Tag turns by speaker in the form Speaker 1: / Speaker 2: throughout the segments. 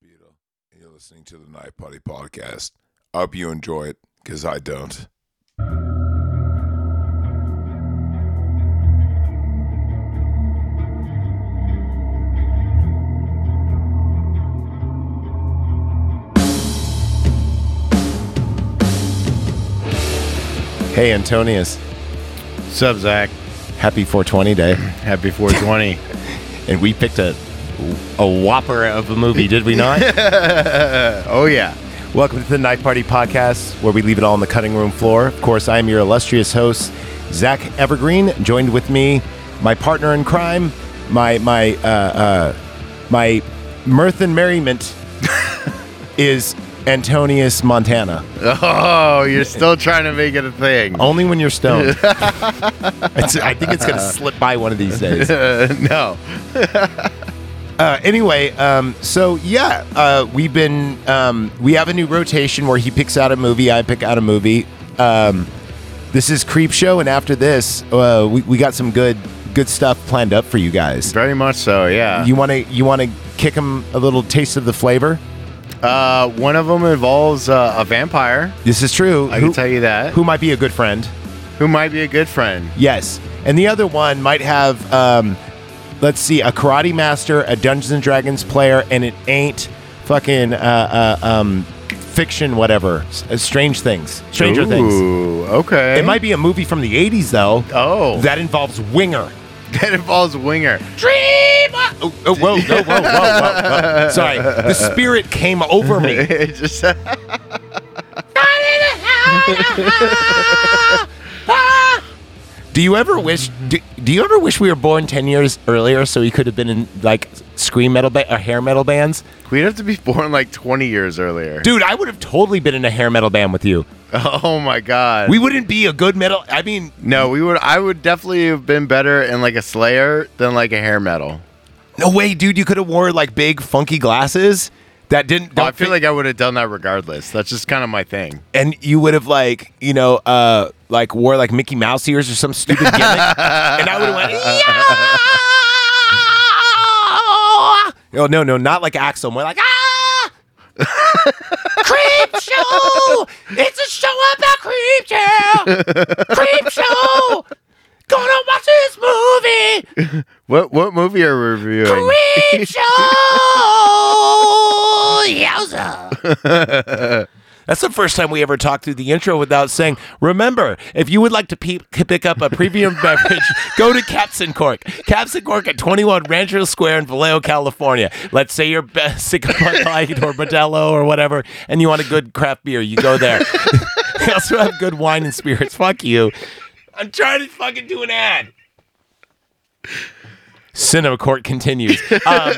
Speaker 1: Peter, and you're listening to the Night Party Podcast. I hope you enjoy it, because I don't. Hey, Antonius.
Speaker 2: Sub Zach,
Speaker 1: Happy 420 Day.
Speaker 2: happy 420.
Speaker 1: And we picked a, a whopper of a movie, did we not?
Speaker 2: oh yeah,
Speaker 1: Welcome to the Night Party Podcast, where we leave it all on the cutting room floor. Of course, I am your illustrious host, Zach Evergreen. Joined with me, my partner in crime, my my uh, uh, my mirth and merriment is Antonius Montana.
Speaker 2: oh you're still trying to make it a thing.
Speaker 1: Only when you're stoned. It's- I think it's gonna slip by one of these days.
Speaker 2: no,
Speaker 1: Uh, anyway, um, so yeah, uh, we've been um, we have a new rotation where he picks out a movie, I pick out a movie. Um, this is Creep Show, and after this, uh, we, we got some good good stuff planned up for you guys.
Speaker 2: very much so. Yeah.
Speaker 1: You want to you want to kick him a little taste of the flavor.
Speaker 2: uh, one of them involves uh, a vampire.
Speaker 1: This is true.
Speaker 2: I
Speaker 1: who,
Speaker 2: can tell you that.
Speaker 1: who might be a good friend.
Speaker 2: Who might be a good friend?
Speaker 1: Yes, and the other one might have um, let's see, a karate master, a Dungeons and Dragons player, and it ain't fucking uh, uh, um, fiction, whatever. S- uh, strange things, Stranger Things.
Speaker 2: Ooh, Okay.
Speaker 1: It might be a movie from the '80s though
Speaker 2: Oh, that,
Speaker 1: that involves Winger.
Speaker 2: involves Winger.
Speaker 1: Oh, oh, whoa, whoa, whoa, whoa, whoa, whoa. Sorry, the spirit came over me.
Speaker 2: It just
Speaker 1: Do you ever wish? Do, do you ever wish we were born ten years earlier so we could have been in like scream metal ba- or hair metal bands?
Speaker 2: we'd have to be born like 20 years earlier.
Speaker 1: Dude, I would have totally been in a hair metal band with you.
Speaker 2: Oh my God.
Speaker 1: We wouldn't be a good metal. I mean,
Speaker 2: no, we would. I would definitely have been better in like a Slayer than like a hair metal.
Speaker 1: no way, dude. You could have wore like big funky glasses that didn't.
Speaker 2: Well, I
Speaker 1: don't
Speaker 2: feel
Speaker 1: fit-
Speaker 2: like I would have done that regardless. That's just kind of my thing.
Speaker 1: and you would have like you know uh like wore like Mickey Mouse ears or some stupid gimmick, and I would have went. Yeah! Oh no, no, not like Axel. More like ah. creep show. It's a show about creep show. creep show. Gonna watch this movie.
Speaker 2: What what movie are we reviewing?
Speaker 1: Creep Show! Yowza! That's the first time we ever talked through the intro without saying, remember, if you would like to pe- pick up a premium beverage, go to Capson Cork. Capson Cork at 21 Rancho Square in Vallejo, California. Let's say you're be- sick of Bud Light or Modelo or whatever, and you want a good craft beer, you go there. they also have good wine and spirits. Fuck you. I'm trying to fucking do an ad. Cinema Court continues. Um,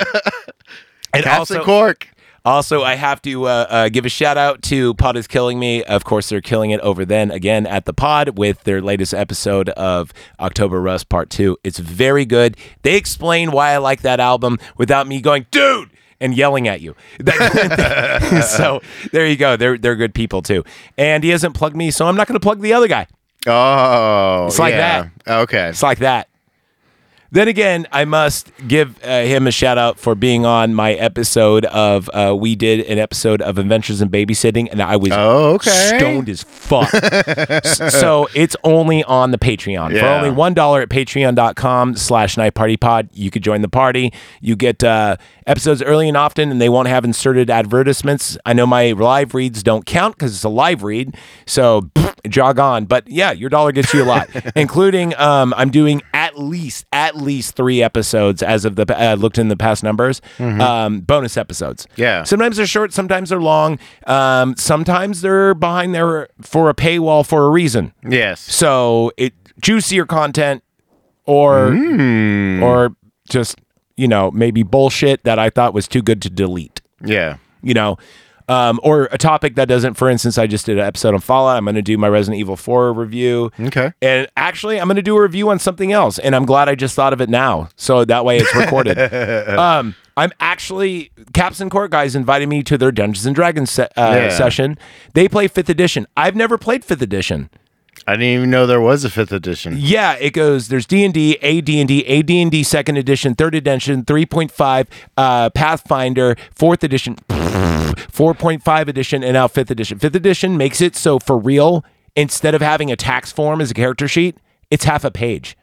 Speaker 1: and
Speaker 2: Captain
Speaker 1: also,
Speaker 2: Cork.
Speaker 1: also, I have to uh, uh, give a shout out to Pod is Killing Me. Of course, they're killing it over then again at the pod with their latest episode of October Rust Part 2. It's very good. They explain why I like that album without me going, dude! And yelling at you. That- so there you go. They're they're good people too. And he hasn't plugged me, so I'm not going to plug the other guy.
Speaker 2: Oh,
Speaker 1: It's like
Speaker 2: yeah. Okay.
Speaker 1: It's like that. Then again, I must give uh, him a shout out for being on my episode of uh, we did an episode of Adventures in Babysitting, and I was
Speaker 2: Oh, okay.
Speaker 1: stoned as fuck. S- so it's only on the Patreon for
Speaker 2: Yeah.
Speaker 1: only one dollar at patreon.com slash night party pod. You could join the party. You get uh, episodes early and often, and they won't have inserted advertisements. I know my live reads don't count because it's a live read, so pfft, jog on. But yeah, your dollar gets you a lot, including um, I'm doing at least at least three episodes as of the uh, looked in the past numbers, um, bonus episodes.
Speaker 2: Yeah.
Speaker 1: Sometimes they're short, sometimes they're long. Um, sometimes they're behind there for a paywall for a reason.
Speaker 2: Yes.
Speaker 1: So it juicier content or
Speaker 2: Mm.
Speaker 1: or just, you know, maybe bullshit that I thought was too good to delete
Speaker 2: Yeah.
Speaker 1: you know, um, or a topic that doesn't. For instance, I just did an episode on Fallout. I'm going to do my Resident Evil 4 review.
Speaker 2: Okay.
Speaker 1: And actually, I'm going to do a review on something else. And I'm glad I just thought of it now. So that way it's recorded. um, I'm actually, Caps and Court guys invited me to their Dungeons and Dragons se- uh,
Speaker 2: Yeah.
Speaker 1: session. They play 5th edition. I've never played 5th edition.
Speaker 2: I didn't even know there was a fifth edition.
Speaker 1: Yeah, it goes. There's D and D, A D and D, A D and D second edition, third edition, three point five, uh, Pathfinder, fourth edition, four point five edition, and now fifth edition. Fifth edition makes it so for real. Instead of having a tax form as a character sheet, it's half a page.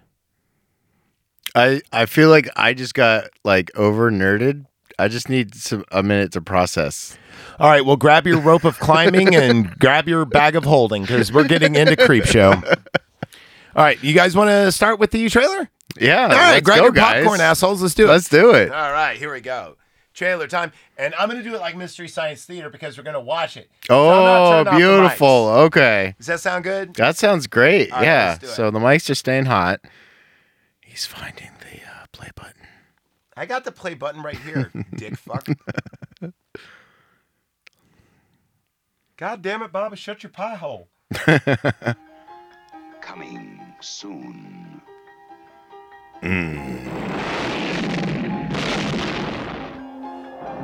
Speaker 2: I I feel like I just got like over nerded. I just need some, a minute to process.
Speaker 1: All right, well, grab your rope of climbing and grab your bag of holding because we're getting into creep show. All right, you guys want to start with the trailer?
Speaker 2: Yeah,
Speaker 1: All right,
Speaker 2: let's
Speaker 1: grab
Speaker 2: go,
Speaker 1: your
Speaker 2: guys.
Speaker 1: popcorn, assholes. Let's do it.
Speaker 2: Let's do it.
Speaker 1: All right, here we go. Trailer time, and I'm gonna do it like Mystery Science Theater because we're gonna watch it. So I'm not
Speaker 2: Oh,
Speaker 1: turning off the mics.
Speaker 2: beautiful. Okay.
Speaker 1: Does that sound good?
Speaker 2: That sounds great.
Speaker 1: right,
Speaker 2: yeah.
Speaker 1: let's do it.
Speaker 2: So the mics are staying hot. He's finding the uh, play button.
Speaker 1: I got the play button right here, dick fuck. God damn it, Baba, shut your pie hole.
Speaker 3: Coming soon.
Speaker 1: Hmm.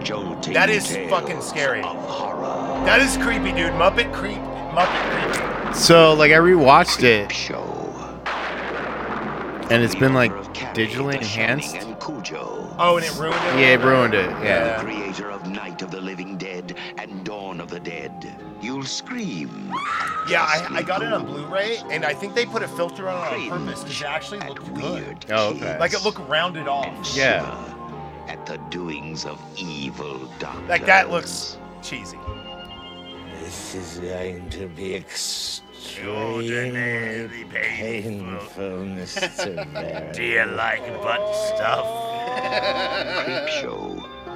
Speaker 3: Jolting
Speaker 1: That is
Speaker 3: tales
Speaker 1: fucking scary.
Speaker 3: Of horror
Speaker 1: That is creepy, dude. Muppet creep, Muppet creep.
Speaker 2: So like I rewatched it
Speaker 3: show.
Speaker 2: and it's been like
Speaker 3: Creator of Carrie,
Speaker 2: digitally
Speaker 3: The Shining,
Speaker 2: enhanced.
Speaker 3: And Cujo.
Speaker 1: Oh, and it ruined it.
Speaker 2: Yeah, it ruined it.
Speaker 1: Yeah.
Speaker 2: Yeah.
Speaker 3: Creator of Night of the Living Dead and Dawn of the Dead. You'll scream.
Speaker 1: Yeah, I, I got it on Blu-ray, and I think they put a filter on it on purpose because it actually
Speaker 3: at
Speaker 1: looked good.
Speaker 3: weird
Speaker 2: Oh, okay.
Speaker 1: Like it looked rounded off.
Speaker 3: kids.
Speaker 2: Yeah.
Speaker 3: Shiver At the doings of evil doctors.
Speaker 1: Like that looks cheesy.
Speaker 4: This is going to be extraordinarily painful, Mr. Barrett.
Speaker 3: creep show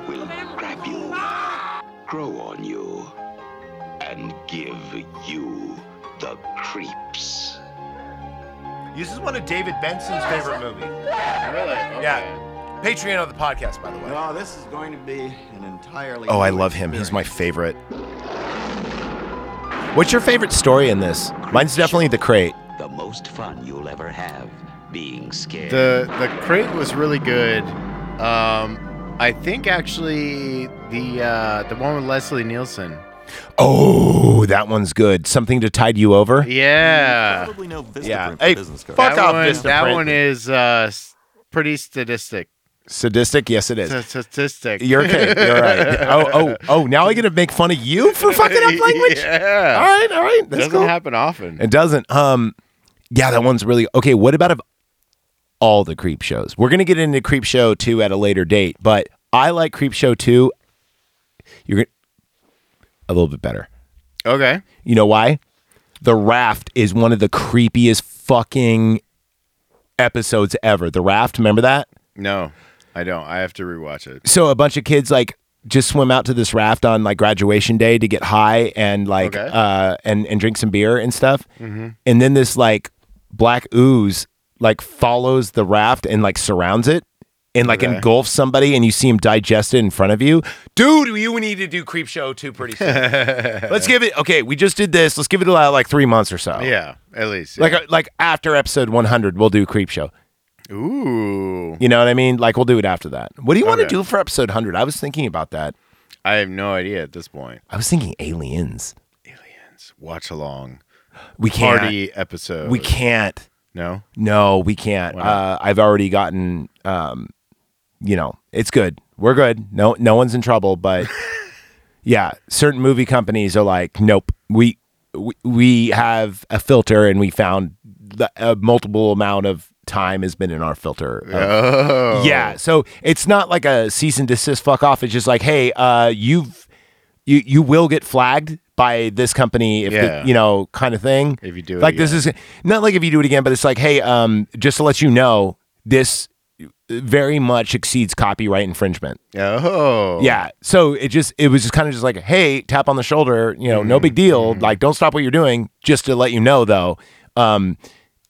Speaker 3: will grab you, grow on you, and give you the creeps.
Speaker 1: This is one of David Benson's favorite movies.
Speaker 2: Really?
Speaker 1: Yeah. Patreon of the podcast, by the way.
Speaker 5: No, this is going to be an entirely.
Speaker 1: Oh, I
Speaker 5: new
Speaker 1: love him. He's my
Speaker 5: experience.
Speaker 1: favorite. What's your favorite story in this? Mine's definitely The Crate.
Speaker 3: The most fun you'll ever have being scared.
Speaker 2: The the crate was really good. Um I think actually the uh the one with Leslie Nielsen.
Speaker 1: Oh, that one's good. Something to tide you over?
Speaker 2: Yeah.
Speaker 5: Probably no Vista
Speaker 1: Yeah.
Speaker 5: yeah.
Speaker 1: Hey,
Speaker 5: business card.
Speaker 1: fuck
Speaker 2: that
Speaker 1: off,
Speaker 2: one,
Speaker 1: Mr.
Speaker 2: that
Speaker 1: Print.
Speaker 2: one is uh s- pretty statistic.
Speaker 1: Sadistic? Yes, it is.
Speaker 2: Statistic.
Speaker 1: You're okay. You're right. Oh, oh, oh, now I get to make fun of you for fucking up language?
Speaker 2: Yeah.
Speaker 1: All right, all right. That's
Speaker 2: Doesn't
Speaker 1: cool.
Speaker 2: happen often.
Speaker 1: It doesn't. Um, yeah, that one's really okay. What about of all the creep shows? We're gonna get into creep show two at a later date, but I like creep show two. You're gonna a little bit better.
Speaker 2: Okay.
Speaker 1: You know why? The raft is one of the creepiest fucking episodes ever. The raft, remember that?
Speaker 2: No, I don't. I have to rewatch it.
Speaker 1: so a bunch of kids like just swim out to this raft on like graduation day to get high and like
Speaker 2: Okay. Mm-hmm.
Speaker 1: uh and and drink some beer and stuff and then this like black ooze like follows the raft and like surrounds it and like
Speaker 2: Okay.
Speaker 1: engulfs somebody and you see him digest it in front of you dude you need to do creep show 2 pretty soon let's give it okay we just did this let's give it a lot, like three months or so
Speaker 2: Yeah, at least.
Speaker 1: like
Speaker 2: yeah.
Speaker 1: uh, like after episode 100 we'll do creep show
Speaker 2: ooh,
Speaker 1: you know what i mean like we'll do it after that what do you want to
Speaker 2: Okay.
Speaker 1: do for episode 100 i was thinking about that
Speaker 2: I have no idea at this point.
Speaker 1: I was thinking aliens.
Speaker 2: Aliens watch along
Speaker 1: We can't.
Speaker 2: party episode.
Speaker 1: We can't.
Speaker 2: No.
Speaker 1: No, we can't.
Speaker 2: Why not?
Speaker 1: Uh, I've already gotten. Um, you know, it's good. We're good. No, no one's in trouble. But yeah, certain movie companies are like, nope. We we, we have a filter, and we found the, a multiple amount of time has been in our filter. uh, of
Speaker 2: Oh.
Speaker 1: Yeah. So it's not like a cease and desist fuck off. It's just like, hey, uh, you've you you will get flagged by this company if the-
Speaker 2: Yeah.
Speaker 1: you know kind of thing.
Speaker 2: If you do it
Speaker 1: like this is not like if you do it again, but it's like, hey, um, just to let you know, this very much exceeds copyright infringement.
Speaker 2: Oh.
Speaker 1: Yeah. So it just it was just kind of just like, hey, tap on the shoulder, you know, no big deal. Like don't stop what you're doing. Just to let you know though. Um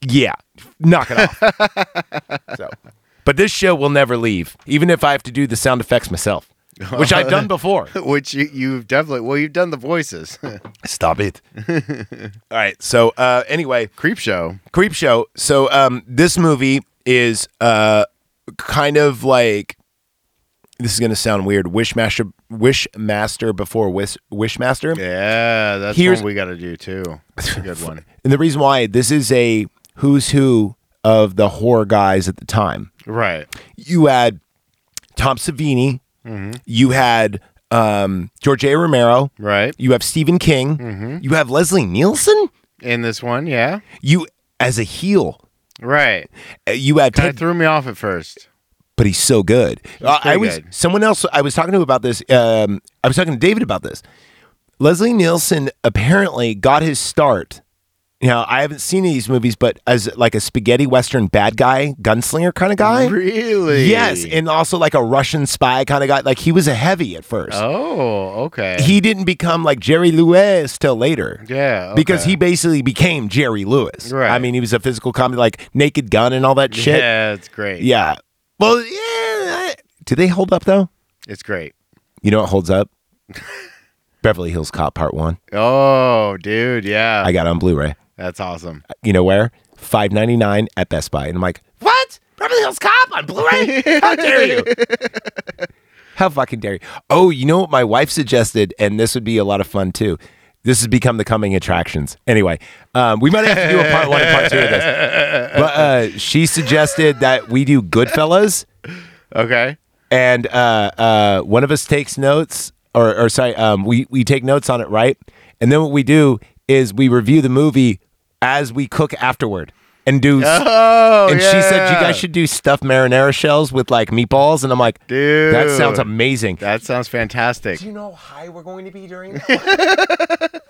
Speaker 1: yeah, knock it off. so but this show will never leave, even if I have to do the sound effects myself. Which I've done before.
Speaker 2: Which you, you've definitely well, you've done the voices.
Speaker 1: Stop it. All right. So uh anyway,
Speaker 2: Creep show.
Speaker 1: Creep Show. So um, this movie is uh, kind of like this is going to sound weird. Wishmaster, Wishmaster before Wish, Wishmaster.
Speaker 2: Yeah, that's
Speaker 1: Here's-
Speaker 2: one we got to do too. That's a good one.
Speaker 1: And the reason why this is a who's who of the horror guys at the time.
Speaker 2: Right.
Speaker 1: You had Tom Savini. You had um, George A. Romero.
Speaker 2: Right.
Speaker 1: You have Stephen King. You have Leslie Nielsen.
Speaker 2: In this one, yeah.
Speaker 1: You as a heel.
Speaker 2: Right.
Speaker 1: Uh, You have
Speaker 2: Kind of
Speaker 1: Ted
Speaker 2: through me off at first.
Speaker 1: but he's so good. Uh, I
Speaker 2: pretty
Speaker 1: was
Speaker 2: good.
Speaker 1: someone else. I was talking to about this. Um, I was talking to David about this. Leslie Nielsen apparently got his start. Now I haven't seen these movies, but as like a spaghetti western bad guy, gunslinger kind of guy.
Speaker 2: Really?
Speaker 1: Yes, and also like a Russian spy kind of guy. Like he was a heavy at first.
Speaker 2: oh, okay.
Speaker 1: He didn't become like Jerry Lewis till later.
Speaker 2: yeah. okay.
Speaker 1: Because he basically became Jerry Lewis.
Speaker 2: Right.
Speaker 1: I mean, he was a physical comedy like Naked Gun and all that shit.
Speaker 2: Yeah, it's great.
Speaker 1: Yeah. Well, yeah. I- Do they hold up though?
Speaker 2: It's great.
Speaker 1: You know what holds up? Beverly Hills Cop Part One.
Speaker 2: Oh, dude. Yeah.
Speaker 1: I got it on Blu-ray.
Speaker 2: that's awesome.
Speaker 1: You know where? Five ninety nine at Best Buy. And I'm like, what? Beverly Hills Cop on Blu-ray? How dare you? How fucking dare you? Oh, you know what my wife suggested, and this would be a lot of fun too. This has become the coming attractions. Anyway, um, we might have to do a part one and part two of this. But uh, she suggested that we do Goodfellas.
Speaker 2: Okay.
Speaker 1: and uh, uh, one of us takes notes, or, or sorry, um, we we take notes on it, right? And then what we do is we review the movie as we cook afterward, and do.
Speaker 2: Oh,
Speaker 1: and she said you
Speaker 2: yeah.
Speaker 1: guys should do stuffed marinara shells with like meatballs, and I'm like,
Speaker 2: Dude.
Speaker 1: that sounds amazing.
Speaker 2: That sounds fantastic.
Speaker 1: Do you know how high we're going to be during that?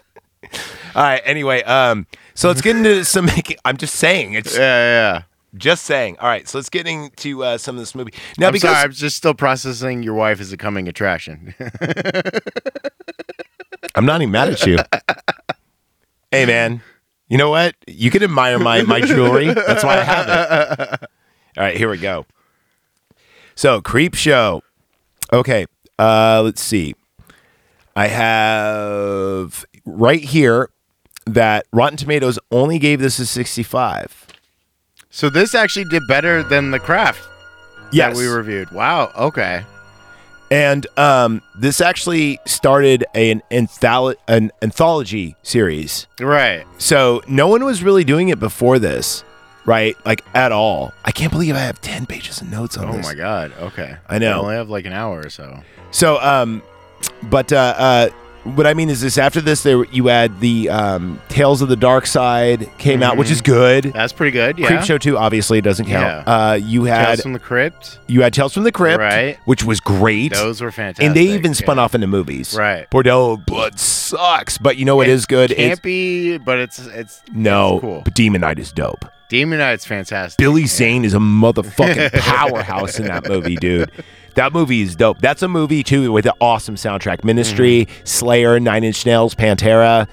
Speaker 1: All right. Anyway, um, so let's get into some. I'm just saying. It's
Speaker 2: Yeah, yeah.
Speaker 1: just saying. All right. So let's get into uh, some of this movie now
Speaker 2: I'm
Speaker 1: because
Speaker 2: sorry, I'm just still processing your wife is a coming attraction.
Speaker 1: I'm not even mad at you. hey, man. You know what? You can admire my, my jewelry. That's why I have it. All right, here we go. So, Creep Show. Okay, uh, let's see. I have right here that Rotten Tomatoes only gave this a 65.
Speaker 2: so this actually did better than the craft
Speaker 1: Yes.
Speaker 2: that we reviewed. Wow. Okay.
Speaker 1: And um, this actually started an, antholo- an anthology series
Speaker 2: Right.
Speaker 1: So no one was really doing it before this, right? Like at all. I can't believe I have ten pages of notes on
Speaker 2: Oh
Speaker 1: this.
Speaker 2: my god. Okay.
Speaker 1: I know.
Speaker 2: We only have like an hour or so.
Speaker 1: So um, but uh, uh, what I mean is this: after this, there you had the um, Tales of the Dark Side came out, which is good.
Speaker 2: That's pretty good. Mm-hmm. Yeah.
Speaker 1: Creep Show Two obviously doesn't count.
Speaker 2: Yeah.
Speaker 1: Uh, you had
Speaker 2: Tales from the Crypt.
Speaker 1: you had Tales from the Crypt,
Speaker 2: Right.
Speaker 1: Which was great.
Speaker 2: Those were fantastic.
Speaker 1: and they even spun
Speaker 2: yeah.
Speaker 1: off into movies.
Speaker 2: Right.
Speaker 1: Bordeaux Blood sucks, but you know what
Speaker 2: It
Speaker 1: is good? It's-
Speaker 2: Campy, but it's it's
Speaker 1: no,
Speaker 2: it's cool.
Speaker 1: but Demon Knight is dope.
Speaker 2: Demon Knight's fantastic.
Speaker 1: Billy Zane is a motherfucking powerhouse in that movie, dude. That movie is dope. That's a movie too with an awesome soundtrack. Ministry,
Speaker 2: Mm-hmm.
Speaker 1: Slayer, Nine Inch Nails, Pantera.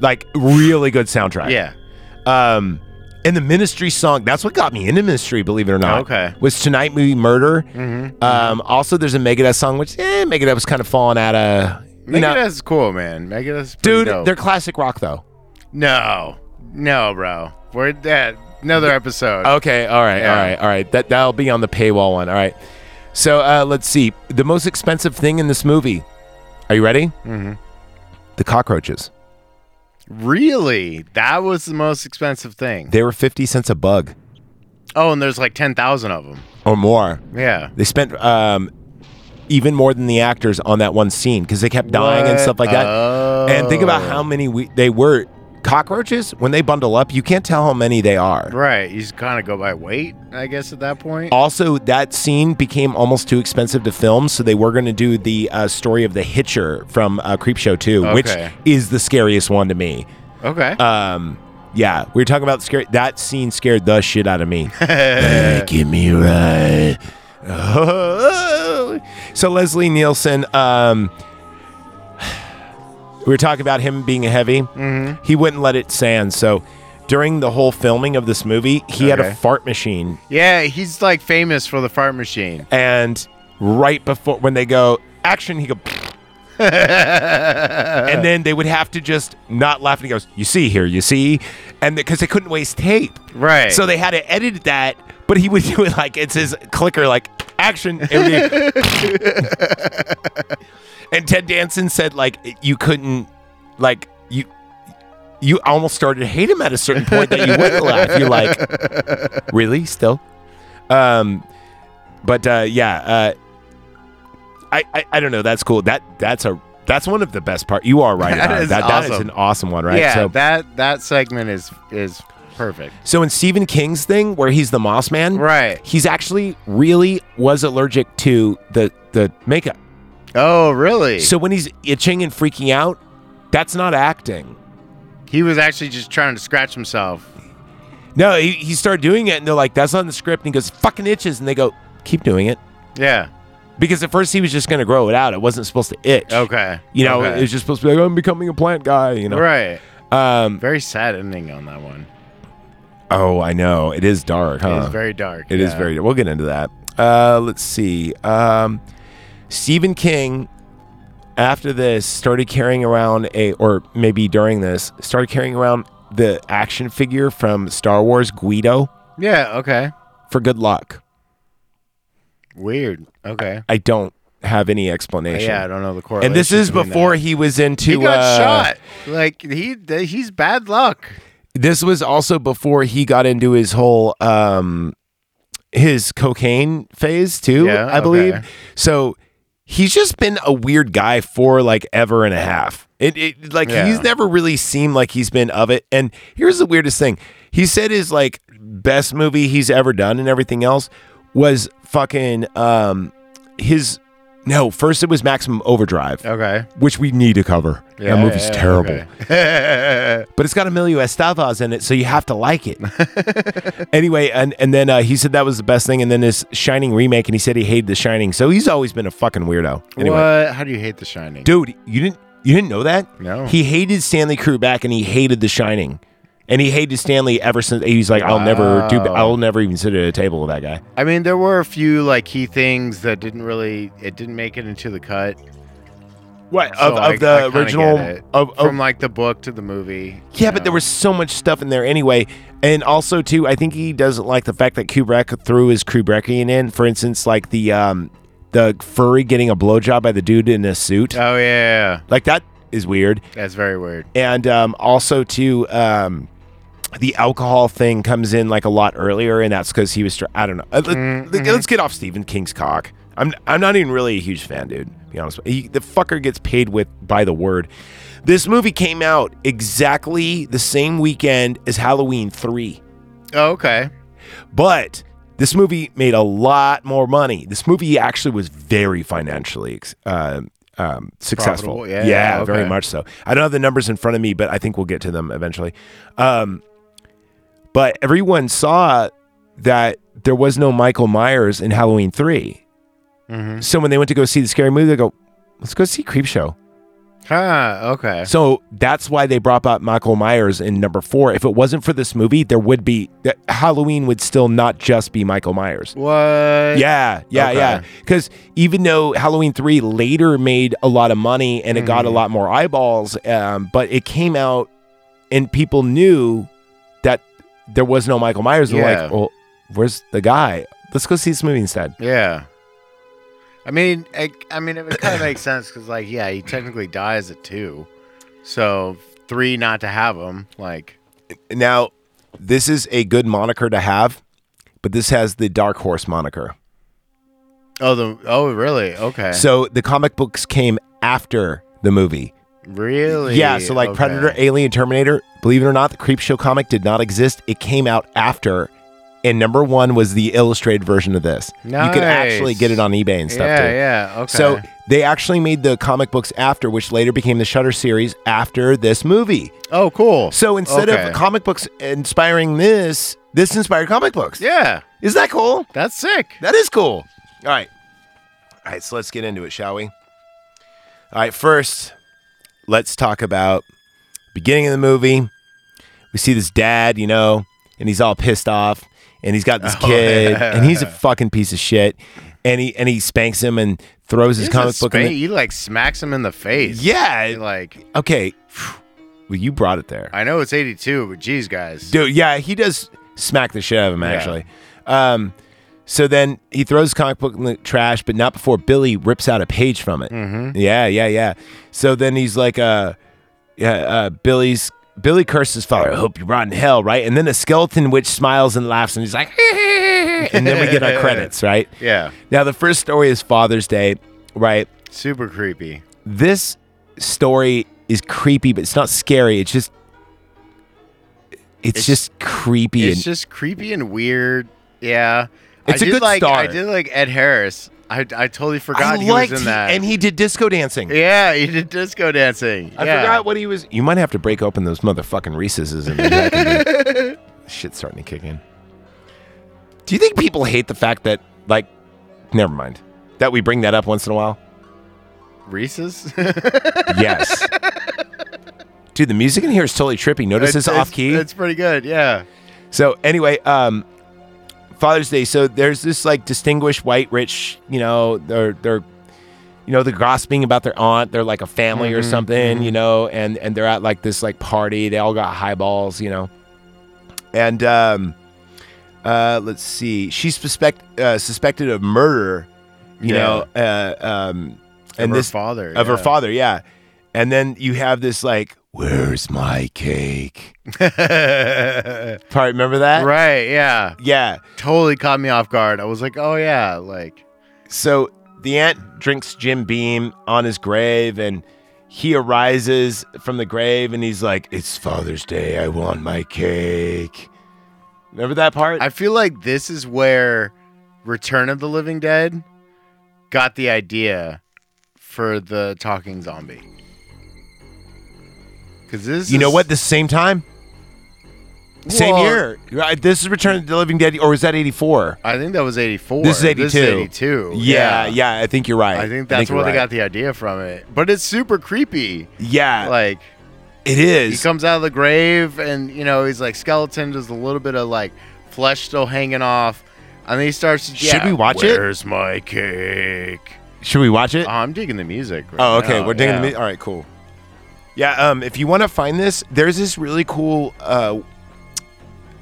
Speaker 1: Like really good soundtrack.
Speaker 2: Yeah.
Speaker 1: Um and the Ministry song, that's what got me into Ministry, believe it or not.
Speaker 2: Okay. Mm-hmm.
Speaker 1: Was Tonight Movie Murder. Um also there's a Megadeth song which eh, Megadeth was kind of falling out of you know,
Speaker 2: Megadeth's cool, man. Megadeth's pretty
Speaker 1: dude,
Speaker 2: dope.
Speaker 1: they're classic rock though.
Speaker 2: no, no, bro. We're that another episode.
Speaker 1: Okay, all right,
Speaker 2: Yeah.
Speaker 1: all right, all right. That that'll be on the paywall one. All right. So uh, let's see. The most expensive thing in this movie. Are you ready? Mm-hmm. The cockroaches.
Speaker 2: Really? That was the most expensive thing.
Speaker 1: They were fifty cents a bug
Speaker 2: Oh, and there's like ten thousand of them.
Speaker 1: or more.
Speaker 2: Yeah.
Speaker 1: They spent um, even more than the actors on that one scene because they kept dying and
Speaker 2: What?
Speaker 1: stuff like that.
Speaker 2: Oh.
Speaker 1: And think about how many we, they were. Cockroaches, when they bundle up, you can't tell how many they are.
Speaker 2: Oh. Right. You just kind of go by weight, I guess, at that point.
Speaker 1: Also, that scene became almost too expensive to film, so they were going to do the uh, story of the Hitcher from uh, Creepshow 2, which
Speaker 2: Okay.
Speaker 1: is the scariest one to me.
Speaker 2: Okay.
Speaker 1: Um, yeah, we were talking about scary. That scene scared the shit out of me. Uh, give me right. so Leslie Nielsen, um, we were talking about him being heavy. Mm-hmm. He wouldn't let it stand. So during the whole filming of this movie, he had a
Speaker 2: Okay.
Speaker 1: fart machine
Speaker 2: yeah, he's like famous for the fart machine.
Speaker 1: and right before when they go action, he go, and then they would have to just not laugh. And he goes, "You see here, you see," and because they couldn't waste tape,
Speaker 2: Right.
Speaker 1: so they had to edit that. But he would do it like it's his clicker, like action. It would be- and Ted Danson said, like, you couldn't, like, you. You almost started to hate him at a certain point that you wouldn't laugh. You're like, really? Still? Um, but uh, yeah, uh, I, I I don't know. That's cool. That that's a that's one of the best part. You are right.
Speaker 2: That
Speaker 1: about it.
Speaker 2: is
Speaker 1: that, that is
Speaker 2: awesome.
Speaker 1: an awesome one, right?
Speaker 2: Yeah,
Speaker 1: so,
Speaker 2: that that segment is is perfect.
Speaker 1: so in Stephen King's thing, where he's the Moss Man,
Speaker 2: Right.
Speaker 1: He's actually really was allergic to the the makeup.
Speaker 2: Oh, really?
Speaker 1: So when he's itching and freaking out, that's not acting.
Speaker 2: he was actually just trying to scratch himself.
Speaker 1: No, he, he started doing it, and they're like, "That's not in the script." And he goes, "Fucking itches," and they go, "Keep doing it,"
Speaker 2: Yeah.
Speaker 1: because at first he was just going to grow it out. It wasn't supposed to itch.
Speaker 2: Okay.
Speaker 1: You know,
Speaker 2: Okay.
Speaker 1: it was just supposed to be like, I'm becoming a plant guy, you know?
Speaker 2: right.
Speaker 1: Um,
Speaker 2: Very sad ending on that one.
Speaker 1: oh, I know. It is dark, huh?
Speaker 2: It is very dark.
Speaker 1: It is
Speaker 2: yeah.
Speaker 1: very- We'll get into that. Uh, let's see. Um, Stephen King, after this, started carrying around a, or maybe during this, started carrying around the action figure from Star Wars Guido
Speaker 2: Yeah. Okay.
Speaker 1: for good luck.
Speaker 2: Weird. Okay.
Speaker 1: I don't have any explanation.
Speaker 2: Yeah, I don't know the correlation.
Speaker 1: and this is
Speaker 2: between
Speaker 1: before
Speaker 2: that.
Speaker 1: he was into.
Speaker 2: he got
Speaker 1: uh,
Speaker 2: shot. Like he th- he's bad luck.
Speaker 1: this was also before he got into his whole um his cocaine phase too
Speaker 2: Yeah,
Speaker 1: i believe
Speaker 2: okay.
Speaker 1: so he's just been a weird guy for like ever and a half it, it like
Speaker 2: Yeah.
Speaker 1: he's never really seemed like he's been of it and here's the weirdest thing he said his like best movie he's ever done and everything else was fucking um his no first it was maximum overdrive
Speaker 2: Okay.
Speaker 1: which we need to cover
Speaker 2: Yeah,
Speaker 1: that movie's
Speaker 2: yeah,
Speaker 1: terrible
Speaker 2: okay.
Speaker 1: but it's got Emilio Estevez in it, so you have to like it. anyway, and and then uh, he said that was the best thing, and then this Shining remake, and he said he hated The Shining, so he's always been a fucking weirdo. Anyway,
Speaker 2: What? How do you hate The Shining?
Speaker 1: dude, you didn't you didn't know that?
Speaker 2: No.
Speaker 1: He hated Stanley Kubrick, and he hated The Shining, and he hated Stanley ever since. He's like, I'll never do.
Speaker 2: Wow.
Speaker 1: I'll never even sit at a table with that guy.
Speaker 2: I mean, there were a few like key things that didn't really it didn't make it into the cut.
Speaker 1: What
Speaker 2: So
Speaker 1: of,
Speaker 2: I-
Speaker 1: of the
Speaker 2: I kinda
Speaker 1: original
Speaker 2: get it.
Speaker 1: of, of
Speaker 2: from like the book to the movie.
Speaker 1: Oh. Yeah, but there was so much stuff in there anyway. And also, too, I think he doesn't like the fact that Kubrick threw his Kubrickian in. For instance, like the um, the furry getting a blowjob by the dude in a suit,
Speaker 2: Oh yeah, yeah, yeah.
Speaker 1: like that is weird.
Speaker 2: that's very weird.
Speaker 1: And um, also, too, um, the alcohol thing comes in like a lot earlier, and that's because he was. Tr- I don't know. Uh, let, us get off Stephen King's cock. I'm I'm not even really a huge fan, dude. To be honest, with you. he, the fucker gets paid with by the word. This movie came out exactly the same weekend as Halloween three,
Speaker 2: Oh, okay.
Speaker 1: but this movie made a lot more money. This movie actually was very financially uh, um, successful.
Speaker 2: Profitable, yeah, yeah,
Speaker 1: very
Speaker 2: okay.
Speaker 1: much so. I don't have the numbers in front of me, but I think we'll get to them eventually. Um, but everyone saw that there was no Michael Myers in Halloween 3.
Speaker 2: Mhm.
Speaker 1: So when they went to go see the scary movie, they go, let's go see Creep Show.
Speaker 2: Huh. Okay.
Speaker 1: So that's why they brought out Michael Myers in number four. If it wasn't for this movie, there would be that Halloween would still not just be Michael Myers.
Speaker 2: What?
Speaker 1: Yeah, yeah,
Speaker 2: Okay.
Speaker 1: yeah. Because even though Halloween three later made a lot of money and it got a lot more eyeballs, um, but it came out and people knew that there was no Michael Myers. And
Speaker 2: Yeah.
Speaker 1: like, well, where's the guy? Let's go see this movie instead.
Speaker 2: Yeah. I mean, I, I mean, it kind of makes sense because, like, yeah, he technically dies at two, so three not to have him. Like,
Speaker 1: Now, this is a good moniker to have, but this has the dark horse moniker.
Speaker 2: oh, the oh, really? Okay,
Speaker 1: So the comic books came after the movie.
Speaker 2: really?
Speaker 1: Yeah, so like
Speaker 2: Okay.
Speaker 1: Predator, Alien, Terminator, believe it or not, the Creepshow comic did not exist. It came out after. And number one was the illustrated version of this. You could actually
Speaker 2: Nice.
Speaker 1: get it on eBay and stuff
Speaker 2: yeah,
Speaker 1: too.
Speaker 2: yeah. Okay.
Speaker 1: So they actually made the comic books after, which later became the Shutter series after this movie.
Speaker 2: oh, cool.
Speaker 1: So instead
Speaker 2: Okay.
Speaker 1: of comic books inspiring this, this inspired comic books.
Speaker 2: yeah,
Speaker 1: Is that cool?
Speaker 2: that's sick.
Speaker 1: That is cool. All right. All right, so let's get into it, shall we? All right, first, let's talk about beginning of the movie. We see this dad, you know, and he's all pissed off and he's got this
Speaker 2: Oh,
Speaker 1: kid
Speaker 2: yeah.
Speaker 1: and he's a fucking piece of shit and he and he spanks him and throws his
Speaker 2: He's a
Speaker 1: comic book
Speaker 2: spank-
Speaker 1: in the-
Speaker 2: He like smacks him in the face.
Speaker 1: Yeah.
Speaker 2: Like,
Speaker 1: Okay. Well, you brought it there.
Speaker 2: I know it's eighty-two, but geez, guys.
Speaker 1: Dude, yeah, he does smack the shit out of him,
Speaker 2: Yeah.
Speaker 1: actually. Um, So then he throws the comic book in the trash, but not before Billy rips out a page from it. Yeah, yeah, yeah. So then he's like, uh, yeah, uh, Billy's Billy curses his father. I hope you rot in hell, right? And then a skeleton witch smiles and laughs, and he's like, and then we get our credits, right?
Speaker 2: Yeah.
Speaker 1: Now the first story is Father's Day, right?
Speaker 2: Super creepy.
Speaker 1: This story is creepy, but it's not scary. It's just, it's,
Speaker 2: It's-
Speaker 1: just creepy and
Speaker 2: It's just creepy and weird. Yeah.
Speaker 1: It's a
Speaker 2: I did
Speaker 1: good
Speaker 2: like I
Speaker 1: start.
Speaker 2: did like Ed Harris. I, I totally
Speaker 1: I
Speaker 2: forgot he
Speaker 1: liked
Speaker 2: was in
Speaker 1: he-
Speaker 2: that.
Speaker 1: and he did disco dancing.
Speaker 2: yeah, he did disco dancing.
Speaker 1: I
Speaker 2: Yeah.
Speaker 1: forgot what he was. You might have to break open those motherfucking recesses and then that can be- shit's starting to kick in. Do you think people hate the fact that, like, never mind, that we bring that up once in a while?
Speaker 2: Reese's.
Speaker 1: Yes. Dude, the music in here is totally trippy. Notice it's, off key.
Speaker 2: It's pretty good. Yeah.
Speaker 1: So anyway, um, Father's Day. So there's this like distinguished white rich, you know, they're they're, you know, they're gossiping about their aunt. They're like a family
Speaker 2: Mm-hmm,
Speaker 1: or something, you know, and and they're at like this like party. They all got highballs, you know, and um, uh, let's see, she's suspect uh, suspected of murder, you
Speaker 2: Yeah.
Speaker 1: know, uh, um, and
Speaker 2: of
Speaker 1: this
Speaker 2: her father.
Speaker 1: of her
Speaker 2: yeah.
Speaker 1: father, yeah, and then you have this like, where's my cake? Part remember that?
Speaker 2: right. Yeah.
Speaker 1: Yeah.
Speaker 2: Totally caught me off guard. I was like, oh yeah, like
Speaker 1: So the ant drinks Jim Beam on his grave, and he arises from the grave and he's like, It's Father's Day. I want my cake. Remember that part?
Speaker 2: I feel like this is where Return of the Living Dead got the idea for the talking zombie. Because this,
Speaker 1: you know
Speaker 2: is-
Speaker 1: what? The same time? Same
Speaker 2: Well,
Speaker 1: year. Right, This is Return of the Living Dead, or was that 84?
Speaker 2: I think that was eighty four.
Speaker 1: This is 82.
Speaker 2: 82.
Speaker 1: Yeah, yeah, I think you're right.
Speaker 2: I think that's
Speaker 1: you're
Speaker 2: where they
Speaker 1: right.
Speaker 2: got the idea from it. But it's super creepy.
Speaker 1: Yeah,
Speaker 2: Like
Speaker 1: it
Speaker 2: he
Speaker 1: Uh, is.
Speaker 2: comes out of the grave and you know he's like skeleton, just a little bit of like flesh still hanging off, and then he starts.
Speaker 1: Should
Speaker 2: yeah,
Speaker 1: we watch it?
Speaker 2: Where's my cake?
Speaker 1: Should we watch it?
Speaker 2: Oh, I'm digging the music. right
Speaker 1: Oh, okay.
Speaker 2: now,
Speaker 1: We're digging
Speaker 2: yeah.
Speaker 1: the meat. All right, cool. Yeah. Um, if you want to find this, there's this really cool uh,